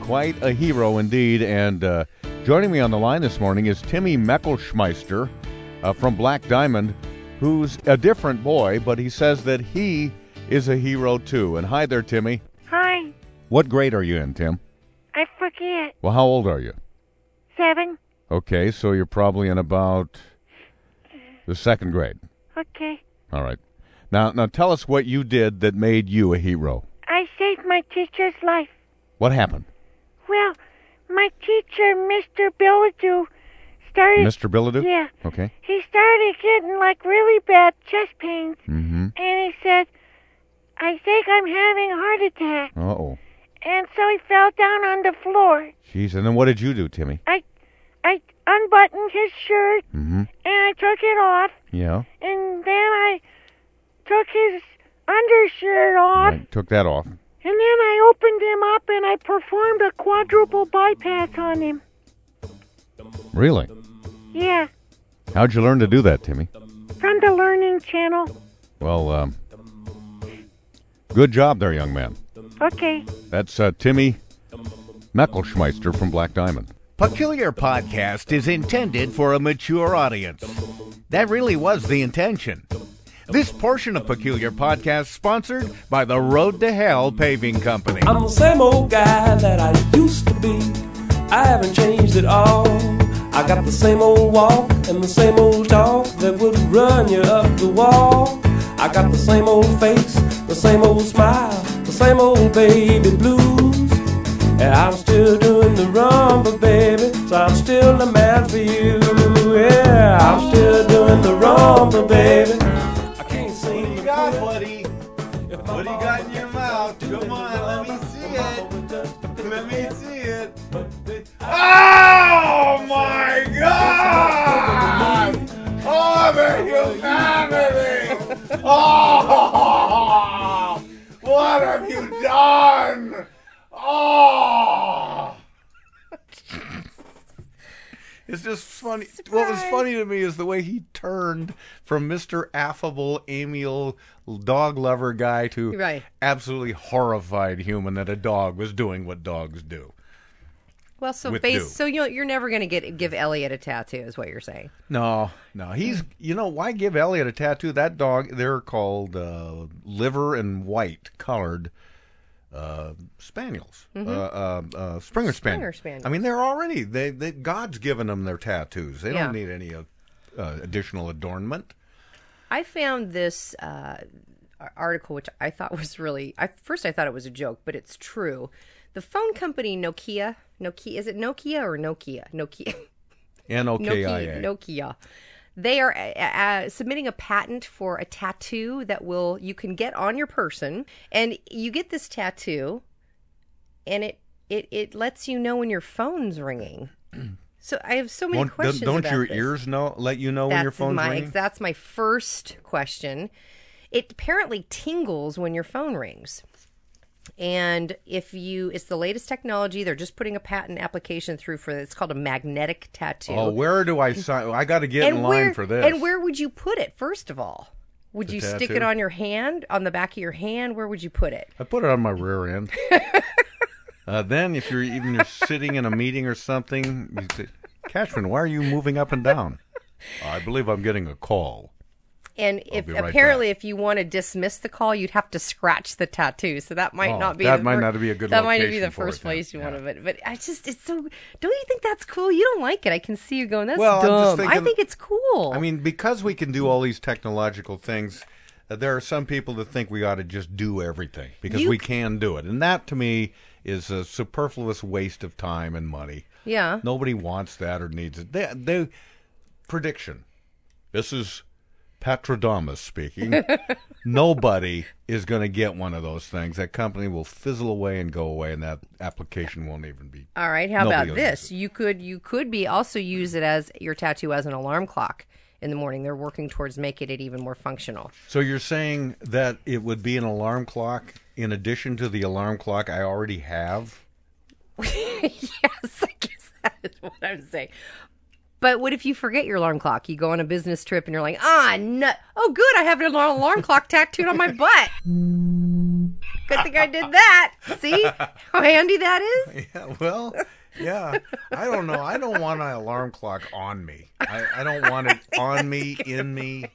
Speaker 10: Quite a hero indeed. And uh, joining me on the line this morning is Timmy Meckelschmeister uh, from Black Diamond, who's a different boy, but he says that he is a hero too. And hi there, Timmy.
Speaker 5: Hi,
Speaker 10: What grade are you in, Tim?
Speaker 5: I forget.
Speaker 10: Well, how old are you?
Speaker 5: Seven.
Speaker 10: Okay, so you're probably in about the second grade.
Speaker 5: Okay.
Speaker 10: All right. Now, now tell us what you did that made you a hero.
Speaker 5: I saved my teacher's life.
Speaker 10: What happened,
Speaker 5: Well, my teacher, Mr. Billadoo, started.
Speaker 10: Mr. Billadoo?
Speaker 5: Yeah.
Speaker 10: Okay.
Speaker 5: He started getting like really bad chest pains,
Speaker 10: Mm-hmm.
Speaker 5: and he said, "I think I'm having a heart attack."
Speaker 10: Uh oh.
Speaker 5: And so he fell down on the floor.
Speaker 10: Jeez. And then what did you do, Timmy?
Speaker 5: I, I unbuttoned his shirt
Speaker 10: Mm-hmm.
Speaker 5: and I took it off,
Speaker 10: Yeah.
Speaker 5: and then I took his undershirt off.
Speaker 10: Right. Took that off.
Speaker 5: And then I opened him up and I performed a quadruple bypass on him.
Speaker 10: Really?
Speaker 5: Yeah,
Speaker 10: How'd you learn to do that, Timmy?
Speaker 5: from the Learning Channel.
Speaker 10: Well, um, good job there, young man.
Speaker 5: Okay.
Speaker 10: That's uh, Timmy Meckelschmeister from Black Diamond.
Speaker 22: Peculiar Podcast is intended for a mature audience. That really was the intention. This portion of Peculiar Podcast sponsored by the Road to Hell Paving Company.
Speaker 23: I'm the same old guy that I used to be. I haven't changed at all. I got the same old walk and the same old talk that would run you up the wall. I got the same old face, the same old smile, the same old baby blues. And I'm still doing the rumba, baby, so I'm still the man for you. Yeah, I'm still doing the rumba, baby. I can't sing.
Speaker 19: What do you got, buddy? What do you got in your mouth? Come on, let me see it. Let me see it.
Speaker 13: Oh my God! Loving humanity! Oh! What have you done?
Speaker 10: Ah!
Speaker 13: Oh!
Speaker 10: It's just funny. What was funny to me is the way he turned from Mr. Affable, amiable dog lover guy to
Speaker 11: Right.
Speaker 10: absolutely horrified human that a dog was doing what dogs do.
Speaker 11: Well, so
Speaker 10: With do.
Speaker 11: base, so you know, you're never going to get give Elliot a tattoo, is what you're saying.
Speaker 10: No, no. He's, you know, why give Elliot a tattoo? That dog, they're called uh, liver and white colored uh, spaniels,
Speaker 11: Mhm.
Speaker 10: uh, uh, uh, Springer
Speaker 11: Springer
Speaker 10: spaniels.
Speaker 11: spaniels.
Speaker 10: I mean, they're already they, they God's given them their tattoos. They don't
Speaker 11: Yeah.
Speaker 10: need any uh, uh, additional adornment.
Speaker 11: I found this uh, ar- article, which I thought was really. I first I thought it was a joke, but it's true. The phone company Nokia, Nokia, is it Nokia or Nokia? Nokia.
Speaker 10: N O K I
Speaker 11: Nokia.
Speaker 10: A.
Speaker 11: Nokia. They are uh, uh, submitting a patent for a tattoo that will you can get on your person, and you get this tattoo, and it it it lets you know when your phone's ringing. So I have so many
Speaker 10: Won't-
Speaker 11: questions.
Speaker 10: don't
Speaker 11: about
Speaker 10: your
Speaker 11: this.
Speaker 10: ears know? Let you know when your phone's
Speaker 11: my,
Speaker 10: ringing.
Speaker 11: That's my first question. It apparently tingles when your phone rings. And if you, it's the latest technology. They're just putting a patent application through for it's called a magnetic tattoo.
Speaker 10: Oh, where do I sign? I got to get in line
Speaker 11: where,
Speaker 10: for this.
Speaker 11: And where would you put it? First of all, would
Speaker 10: The
Speaker 11: you stick it
Speaker 10: tattoo?
Speaker 11: on your hand, on the back of your hand? Where would you put it?
Speaker 10: I put it on my rear end. uh, then, if you're even you're sitting in a meeting or something, you say, Catherine, why are you moving up and down? I believe I'm getting a call.
Speaker 11: And if
Speaker 10: be right
Speaker 11: apparently, if you want to dismiss the call, you'd have to scratch the tattoo. So that might
Speaker 10: Oh,
Speaker 11: not be
Speaker 10: that
Speaker 11: the
Speaker 10: might
Speaker 11: fir-
Speaker 10: not be a good
Speaker 11: That might not be
Speaker 10: location
Speaker 11: the
Speaker 10: for
Speaker 11: first
Speaker 10: it, yeah.
Speaker 11: place you want to. But, but I just it's so. Don't you think that's cool? You don't like it. I can see you going. That's
Speaker 10: Well, I'm just
Speaker 11: dumb. I
Speaker 10: thinking-
Speaker 11: think it's cool.
Speaker 10: I mean, because we can do all these technological things, uh, there are some people that think we ought to just do everything because
Speaker 11: You
Speaker 10: we can do it. And that, to me, is a superfluous waste of time and money.
Speaker 11: yeah.
Speaker 10: Nobody wants that or needs it. They, they prediction. This is Patradamus speaking. Nobody is going to get one of those things. That company will fizzle away and go away, and that application won't even be.
Speaker 11: All right. How
Speaker 10: Nobody
Speaker 11: about
Speaker 10: will
Speaker 11: this? You could you could be also use it as your tattoo as an alarm clock in the morning. They're working towards making it even more functional.
Speaker 10: So you're saying that it would be an alarm clock in addition to the alarm clock I already have?
Speaker 11: yes, I guess that is what I'm saying. But what if you forget your alarm clock? You go on a business trip and you're like, ah, no. Oh, good. I have an alarm alarm clock tattooed on my butt. Good thing I did that. See how handy that is?
Speaker 10: Yeah, well, yeah. I don't know. I don't want an alarm clock on me. I, I don't want it on me, in me.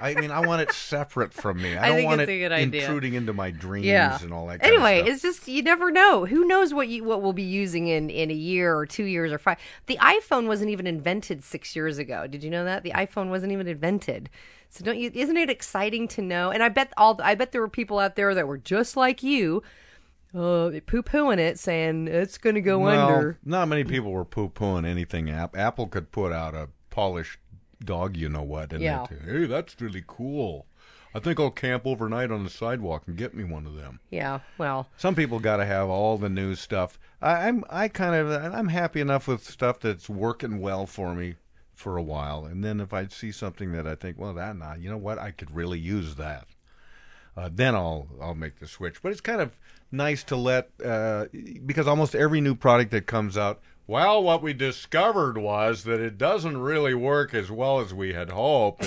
Speaker 10: I mean, I want it separate from me. I,
Speaker 11: I
Speaker 10: don't
Speaker 11: think
Speaker 10: want
Speaker 11: it's
Speaker 10: it
Speaker 11: a good idea.
Speaker 10: intruding into my dreams and all that. Kind
Speaker 11: Anyway,
Speaker 10: of stuff.
Speaker 11: it's just you never know. Who knows what you what we'll be using in in a year or two years or five. The iPhone wasn't even invented six years ago. Did you know that the iPhone wasn't even invented? So don't you? Isn't it exciting to know? And I bet all I bet there were people out there that were just like you, uh, poo pooing it, saying it's going to go
Speaker 10: Well,
Speaker 11: under.
Speaker 10: Not many people were poo pooing anything. App Apple could put out a polished dog, you know what, and
Speaker 11: Yeah.
Speaker 10: they'd say, hey, that's really cool. I think I'll camp overnight on the sidewalk and get me one of them.
Speaker 11: Yeah. Well.
Speaker 10: Some people got to have all the new stuff. I, I'm I kind of I'm happy enough with stuff that's working well for me for a while, and then if I see something that I think, well, that nah, you know what, I could really use that. Uh, then I'll I'll make the switch. But it's kind of nice to let uh, because almost every new product that comes out. Well, what we discovered was that it doesn't really work as well as we had hoped.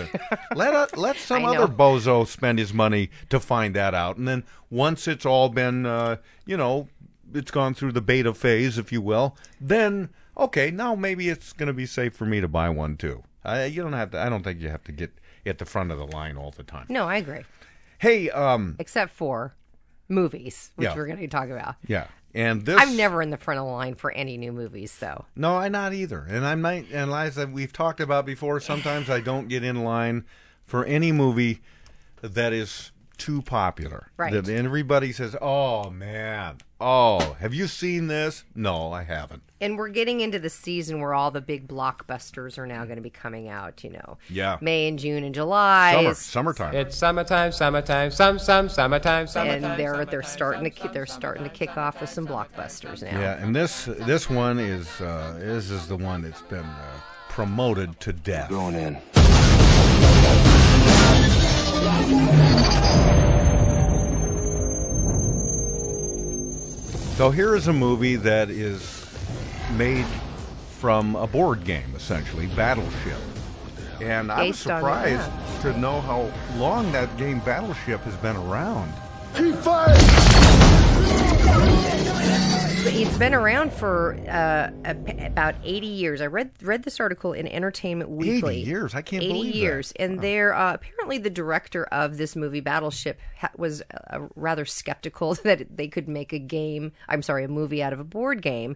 Speaker 10: let a, let some
Speaker 11: I
Speaker 10: other
Speaker 11: know.
Speaker 10: bozo spend his money to find that out, and then once it's all been, uh, you know, it's gone through the beta phase, if you will, then okay, now maybe it's going to be safe for me to buy one too. I, you don't have to. I don't think you have to get at the front of the line all the time.
Speaker 11: No, I agree.
Speaker 10: Hey, um,
Speaker 11: Except for movies, which
Speaker 10: Yeah.
Speaker 11: we're going to talk about.
Speaker 10: yeah, and this
Speaker 11: I'm never in the front of the line for any new movies, so
Speaker 10: No, I'm not either. And I'm not. And as we've talked about before, sometimes I don't get in line for any movie that is too popular.
Speaker 11: Right.
Speaker 10: That everybody says, "Oh man, oh, have you seen this?" No, I haven't.
Speaker 11: And we're getting into the season where all the big blockbusters are now going to be coming out. You know,
Speaker 10: Yeah.
Speaker 11: May and June and July.
Speaker 10: Summer,
Speaker 11: is-
Speaker 10: summertime.
Speaker 23: It's summertime, summertime, some, some, summertime,
Speaker 11: and
Speaker 23: summertime.
Speaker 11: they're they're starting to ki- they're starting to kick off with some blockbusters now.
Speaker 10: Yeah, and this this one is uh, this is the one that's been uh, promoted to death. Going in. So here is a movie that is made from a board game, essentially Battleship, and I was
Speaker 11: Based on-
Speaker 10: surprised to know how long that game Battleship has been around.
Speaker 11: It's been around for uh, a p- about 80 years. I read read this article in Entertainment Weekly.
Speaker 10: 80 years? I can't
Speaker 11: 80
Speaker 10: believe that.
Speaker 11: years, and they're uh, apparently the director of this movie Battleship ha- was uh, rather skeptical that they could make a game. I'm sorry, a movie out of a board game,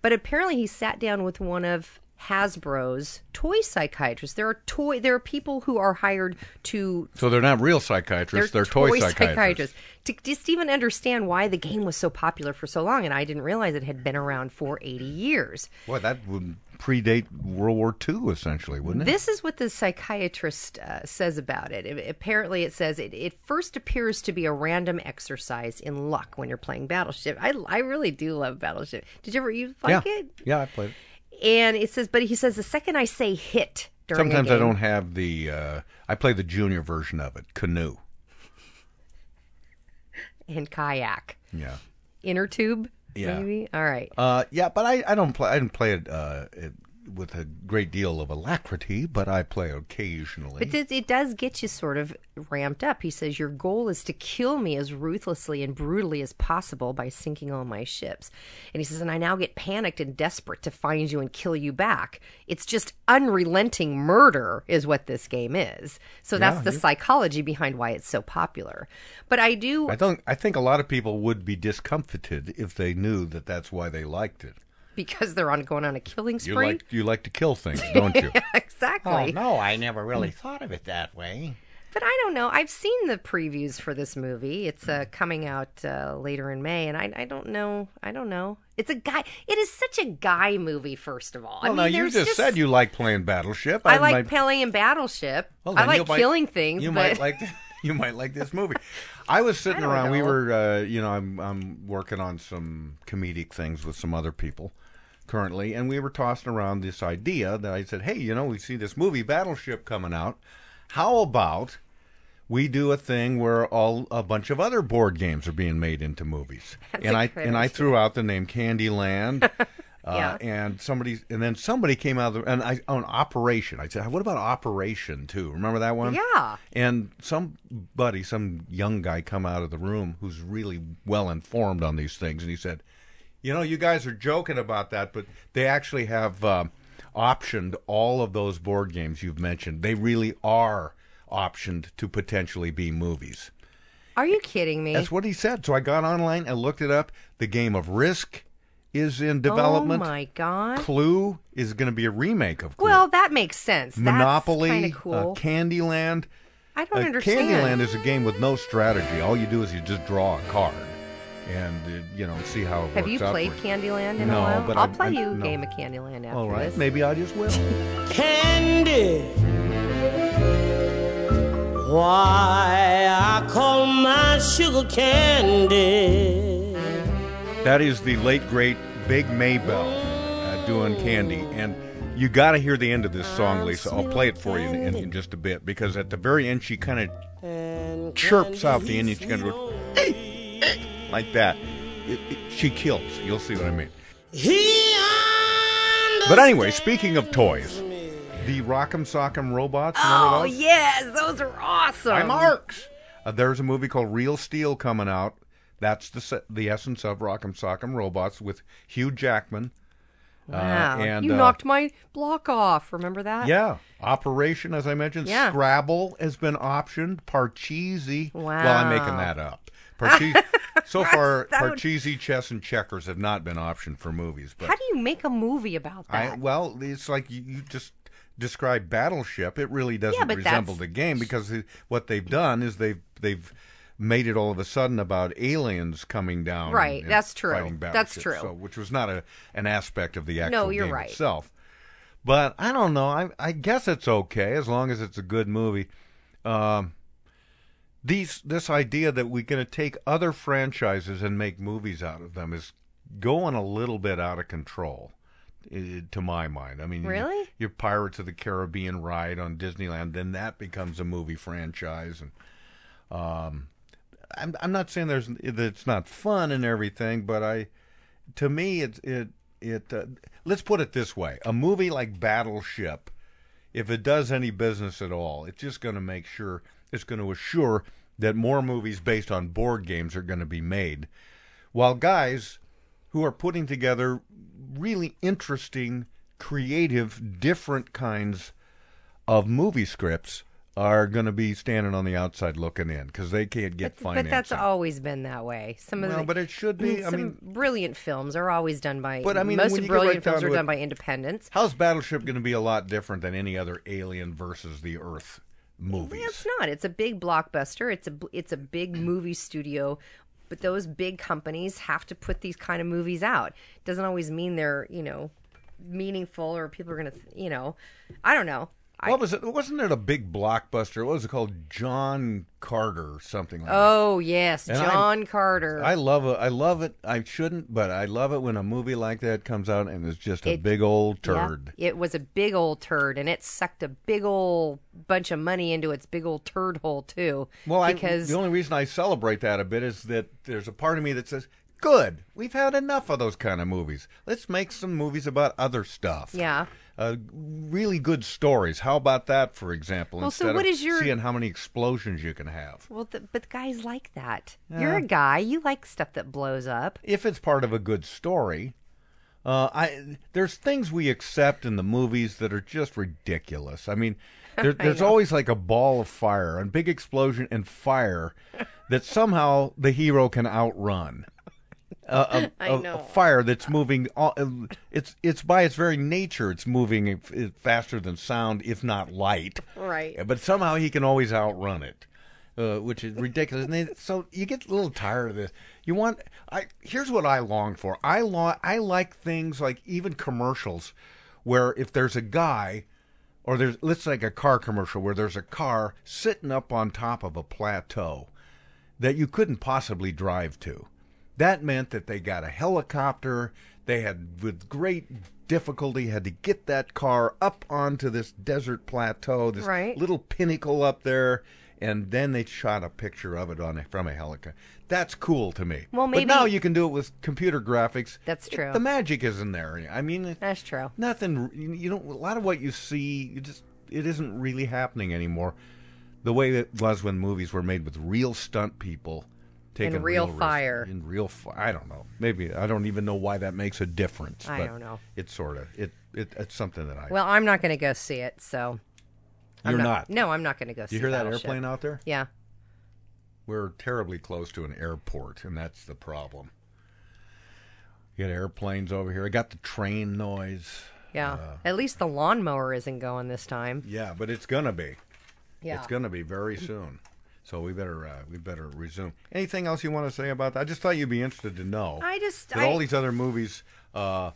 Speaker 11: but apparently he sat down with one of Hasbro's toy psychiatrists. There are toy. There are people who are hired to
Speaker 10: So they're not real psychiatrists; they're, toy, psychiatrists.
Speaker 11: to just even understand why the game was so popular for so long, and I didn't realize it had been around for 80 years.
Speaker 10: Boy, that would predate World War II, essentially, wouldn't it?
Speaker 11: This is what the psychiatrist uh, says about it. It- Apparently, it says it, it first appears to be a random exercise in luck when you're playing Battleship. I, I really do love Battleship. Did you ever you like
Speaker 10: yeah.
Speaker 11: it?
Speaker 10: Yeah, I played it.
Speaker 11: And it says, but he says the second I say hit during a
Speaker 10: Sometimes I
Speaker 11: game-
Speaker 10: don't have the. Uh, I play the junior version of it, canoe.
Speaker 11: and kayak
Speaker 10: Yeah.
Speaker 11: inner tube.
Speaker 10: Yeah.
Speaker 11: Maybe? All right.
Speaker 10: Uh, yeah, but I, I don't play. I didn't play it, uh, it with a great deal of alacrity, but I play occasionally.
Speaker 11: But it, it does get you sort of ramped up. He says, Your goal is to kill me as ruthlessly and brutally as possible by sinking all my ships. And he says, And I now get panicked and desperate to find you and kill you back. It's just unrelenting murder, is what this game is. So
Speaker 10: Yeah,
Speaker 11: that's the
Speaker 10: you-
Speaker 11: psychology behind why it's so popular. But I do.
Speaker 10: I don't. I think a lot of people would be discomfited if they knew that that's why they liked it.
Speaker 11: Because they're on going on a killing
Speaker 10: You
Speaker 11: spree.
Speaker 10: like you like to kill things, don't you?
Speaker 11: exactly.
Speaker 17: Oh no, I never really thought of it that way.
Speaker 11: But I don't know. I've seen the previews for this movie. It's uh, coming out uh, later in May, and I, I don't know. I don't know. It's a guy. It is such a guy movie. First of all, I
Speaker 10: well,
Speaker 11: mean,
Speaker 10: now you
Speaker 11: there's
Speaker 10: just, said you like playing Battleship.
Speaker 11: I like
Speaker 10: might-
Speaker 11: Pele and Battleship.
Speaker 10: Well,
Speaker 11: I
Speaker 10: then
Speaker 11: like
Speaker 10: you might-
Speaker 11: killing things.
Speaker 10: You
Speaker 11: but
Speaker 10: might like you might like this movie. I was sitting around. We were, uh, you know, I'm I'm working on some comedic things with some other people currently, and we were tossing around this idea that I said, hey, you know, we see this movie Battleship coming out. How about we do a thing where all a bunch of other board games are being made into movies?
Speaker 11: That's
Speaker 10: and
Speaker 11: a
Speaker 10: I
Speaker 11: great
Speaker 10: and I
Speaker 11: idea.
Speaker 10: threw out the name Candyland. Uh, and somebody, and then somebody came out of the, and I on Operation. I said, "What about Operation too? Remember that one?"
Speaker 11: Yeah.
Speaker 10: And somebody, some young guy, come out of the room who's really well informed on these things, and he said, "You know, you guys are joking about that, but they actually have uh, optioned all of those board games you've mentioned. They really are optioned to potentially be movies."
Speaker 11: Are you kidding me?
Speaker 10: That's what he said. So I got online and looked it up. The game of Risk is in development.
Speaker 11: Oh my god.
Speaker 10: Clue is going to be a remake of Clue.
Speaker 11: Well, that makes sense.
Speaker 10: Monopoly,
Speaker 11: That's kind
Speaker 10: uh,
Speaker 11: of cool.
Speaker 10: Candyland.
Speaker 11: I don't
Speaker 10: Uh,
Speaker 11: understand.
Speaker 10: Candyland is a game with no strategy. All you do is you just draw a card and uh, you know see how it
Speaker 11: Have
Speaker 10: works
Speaker 11: you
Speaker 10: out
Speaker 11: played
Speaker 10: for you.
Speaker 11: Candyland in
Speaker 10: No,
Speaker 11: a while?
Speaker 10: but
Speaker 11: I'll
Speaker 10: I-
Speaker 11: play
Speaker 10: I-
Speaker 11: you a
Speaker 10: no.
Speaker 11: game of Candyland after
Speaker 10: All right,
Speaker 11: this.
Speaker 10: maybe I just will.
Speaker 15: Candy. Why I call my sugar candy.
Speaker 10: That is the late great Big Maybell uh, doing Candy, and you got to hear the end of this song, Lisa. I'll play it for you in, in just a bit because at the very end she kind of chirps out the Indian. She kind of like that. It- it- she kills. You'll see what I mean. But anyway, speaking of toys, the Rock'em Sock'em robots. remember
Speaker 11: Oh
Speaker 10: those?
Speaker 11: yes, those are awesome.
Speaker 10: I'm Arx. Uh, there's a movie called Real Steel coming out. That's the se- the essence of Rock'em Sock'em Robots with Hugh Jackman. Uh,
Speaker 11: Wow.
Speaker 10: and,
Speaker 11: you
Speaker 10: uh,
Speaker 11: knocked my block off. Remember that?
Speaker 10: Yeah, Operation, as I mentioned,
Speaker 11: Yeah.
Speaker 10: Scrabble has been optioned. Parcheesi. Well, I'm making
Speaker 11: Wow.
Speaker 10: that up. Parcheesi. so far,
Speaker 11: That would-
Speaker 10: Parcheesi, chess, and checkers have not been optioned for movies. But
Speaker 11: How do you make a movie about that?
Speaker 10: I well, it's like you, you just describe Battleship, it really doesn't
Speaker 11: but
Speaker 10: resemble
Speaker 11: that's-
Speaker 10: the game because it- what they've done is they've they've made it all of a sudden about aliens coming down.
Speaker 11: Right,
Speaker 10: and
Speaker 11: that's true.
Speaker 10: fighting
Speaker 11: That's
Speaker 10: battleships,
Speaker 11: true.
Speaker 10: So, which was not a an aspect of the actual
Speaker 11: you're
Speaker 10: game
Speaker 11: right.
Speaker 10: itself. But I don't know. I I guess it's okay as long as it's a good movie. Um, these this idea that we're going to take other franchises and make movies out of them is going a little bit out of control i- to my mind. I mean, you-
Speaker 11: Really?
Speaker 10: your Pirates of the Caribbean ride on Disneyland, then that becomes a movie franchise and um I'm I'm not saying there's that it's not fun and everything, but I to me it's it it uh, let's put it this way. A movie like Battleship if it does any business at all, it's just going to make sure it's going to assure that more movies based on board games are going to be made. While guys who are putting together really interesting, creative, different kinds of movie scripts are going to be standing on the outside looking in because they can't get
Speaker 11: But
Speaker 10: financing.
Speaker 11: that's always been that way. Some of
Speaker 10: Well,
Speaker 11: the,
Speaker 10: but it should be, I
Speaker 11: some
Speaker 10: mean-
Speaker 11: brilliant films are always done by.
Speaker 10: But, I mean,
Speaker 11: most
Speaker 10: when you get
Speaker 11: brilliant
Speaker 10: right
Speaker 11: films
Speaker 10: down
Speaker 11: are
Speaker 10: to it-
Speaker 11: done by independents.
Speaker 10: How's Battleship going to be a lot different than any other Alien versus the Earth movie?
Speaker 11: It's not. It's a big blockbuster. It's a bl- it's a big movie studio, but those big companies have to put these kind of movies out. Doesn't always mean they're you know meaningful or people are gonna th- you know I don't know.
Speaker 10: What was it? Wasn't it a big blockbuster? What was it called? John Carter, or something like that.
Speaker 11: Oh yes,
Speaker 10: Uh, And I'm-
Speaker 11: John Carter.
Speaker 10: I love it. I love it. I shouldn't, but I love it when a movie like that comes out and it's just a
Speaker 11: It-
Speaker 10: big old
Speaker 11: Yeah.
Speaker 10: turd.
Speaker 11: it was a big old turd, and it sucked a big old bunch of money into its big old turd hole too.
Speaker 10: Well,
Speaker 11: because
Speaker 10: I, the only reason I celebrate that a bit is that there's a part of me that says, "Good, we've had enough of those kind of movies. Let's make some movies about other stuff."
Speaker 11: yeah.
Speaker 10: Uh, really good stories. How about that, for example?
Speaker 11: Well, so
Speaker 10: instead
Speaker 11: what
Speaker 10: of
Speaker 11: is your-
Speaker 10: seeing how many explosions you can have?
Speaker 11: Well, the, but guys like that.
Speaker 10: Yeah.
Speaker 11: You're a guy. You like stuff that blows up.
Speaker 10: if it's part of a good story, uh, I there's things we accept in the movies that are just ridiculous. I mean, there,
Speaker 11: I
Speaker 10: there's
Speaker 11: know.
Speaker 10: always like a ball of fire, and big explosion, and fire that somehow the hero can outrun. Uh, a,
Speaker 11: I
Speaker 10: a- a
Speaker 11: know.
Speaker 10: fire that's moving. all- uh, It's it's by its very nature, it's moving f- uh, faster than sound, if not light.
Speaker 11: Right.
Speaker 10: But somehow he can always outrun it, uh, which is ridiculous. and then, so you get a little tired of this. You want I here's what I long for. I long I like things like even commercials, where if there's a guy, or there's let's like a car commercial where there's a car sitting up on top of a plateau, that you couldn't possibly drive to. That meant that they got a helicopter. They had, with great difficulty, had to get that car up onto this desert plateau, this
Speaker 11: Right.
Speaker 10: little pinnacle up there, and then they shot a picture of it on a, from a helicopter. That's cool to me.
Speaker 11: Well, maybe-
Speaker 10: but now you can do it with computer graphics.
Speaker 11: That's true.
Speaker 10: The magic isn't there. I mean,
Speaker 11: That's true.
Speaker 10: nothing. You you don't. A lot of what you see, you just it isn't really happening anymore. The way it was when movies were made with real stunt people taking
Speaker 11: real
Speaker 10: risks,
Speaker 11: fire.
Speaker 10: in real fire. I don't know. Maybe I don't even know why that makes a difference.
Speaker 11: I
Speaker 10: but
Speaker 11: don't know.
Speaker 10: It's sort of it, it. It's something that I.
Speaker 11: Well, I'm not going to go see it, so. I'm
Speaker 10: You're not.
Speaker 11: No, I'm not going to go see
Speaker 10: you hear that
Speaker 11: Battleship.
Speaker 10: airplane out there?
Speaker 11: Yeah.
Speaker 10: We're terribly close to an airport, and that's the problem. You got airplanes over here. I got the train noise.
Speaker 11: Yeah. At least the lawnmower isn't going this time.
Speaker 10: Uh. Yeah, but it's gonna be.
Speaker 11: Yeah.
Speaker 10: It's going to be very soon. So we better uh, we better resume. Anything else you want to say about that? I just thought you'd be interested to know.
Speaker 11: I just-
Speaker 10: that
Speaker 11: I-
Speaker 10: all these other movies, uh,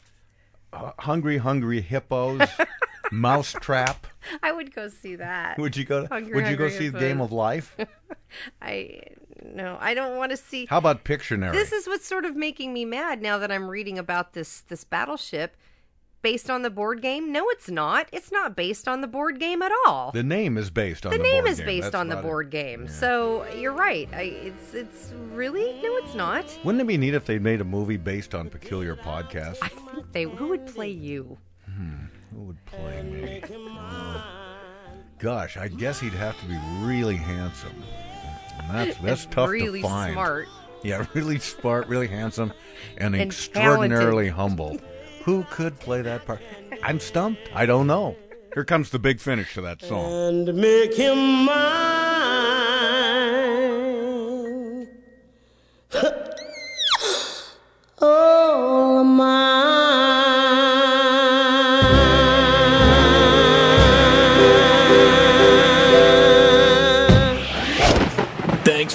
Speaker 10: uh, Hungry Hungry Hippos, Mousetrap.
Speaker 11: I would go see that.
Speaker 10: Would you go? To,
Speaker 11: Hungry,
Speaker 10: would you go
Speaker 11: Hungry
Speaker 10: see
Speaker 11: Hippos.
Speaker 10: Game of Life?
Speaker 11: I no, I don't want to see.
Speaker 10: How about Pictionary?
Speaker 11: This is what's sort of making me mad now that I'm reading about this this battleship based on the board game. No, it's not. It's not based on the board game at all.
Speaker 10: the name is based on the,
Speaker 11: name
Speaker 10: board
Speaker 11: is
Speaker 10: game.
Speaker 11: based
Speaker 10: That's
Speaker 11: on the
Speaker 10: about it.
Speaker 11: board game. So you're right. I, it's it's really no, it's not.
Speaker 10: Wouldn't it be neat if they made a movie based on peculiar podcasts? Hmm.
Speaker 11: They who would play you?
Speaker 10: Who would play me? Gosh, I guess he'd have to be really handsome. And that's
Speaker 11: And
Speaker 10: that's tough
Speaker 11: really
Speaker 10: to find.
Speaker 11: smart.
Speaker 10: Yeah, really smart, really handsome, and,
Speaker 11: And
Speaker 10: extraordinarily humble. Who could play that part? I'm stumped. I don't know. Here comes the big finish to that song.
Speaker 15: and make him mine. All mine.
Speaker 2: Thanks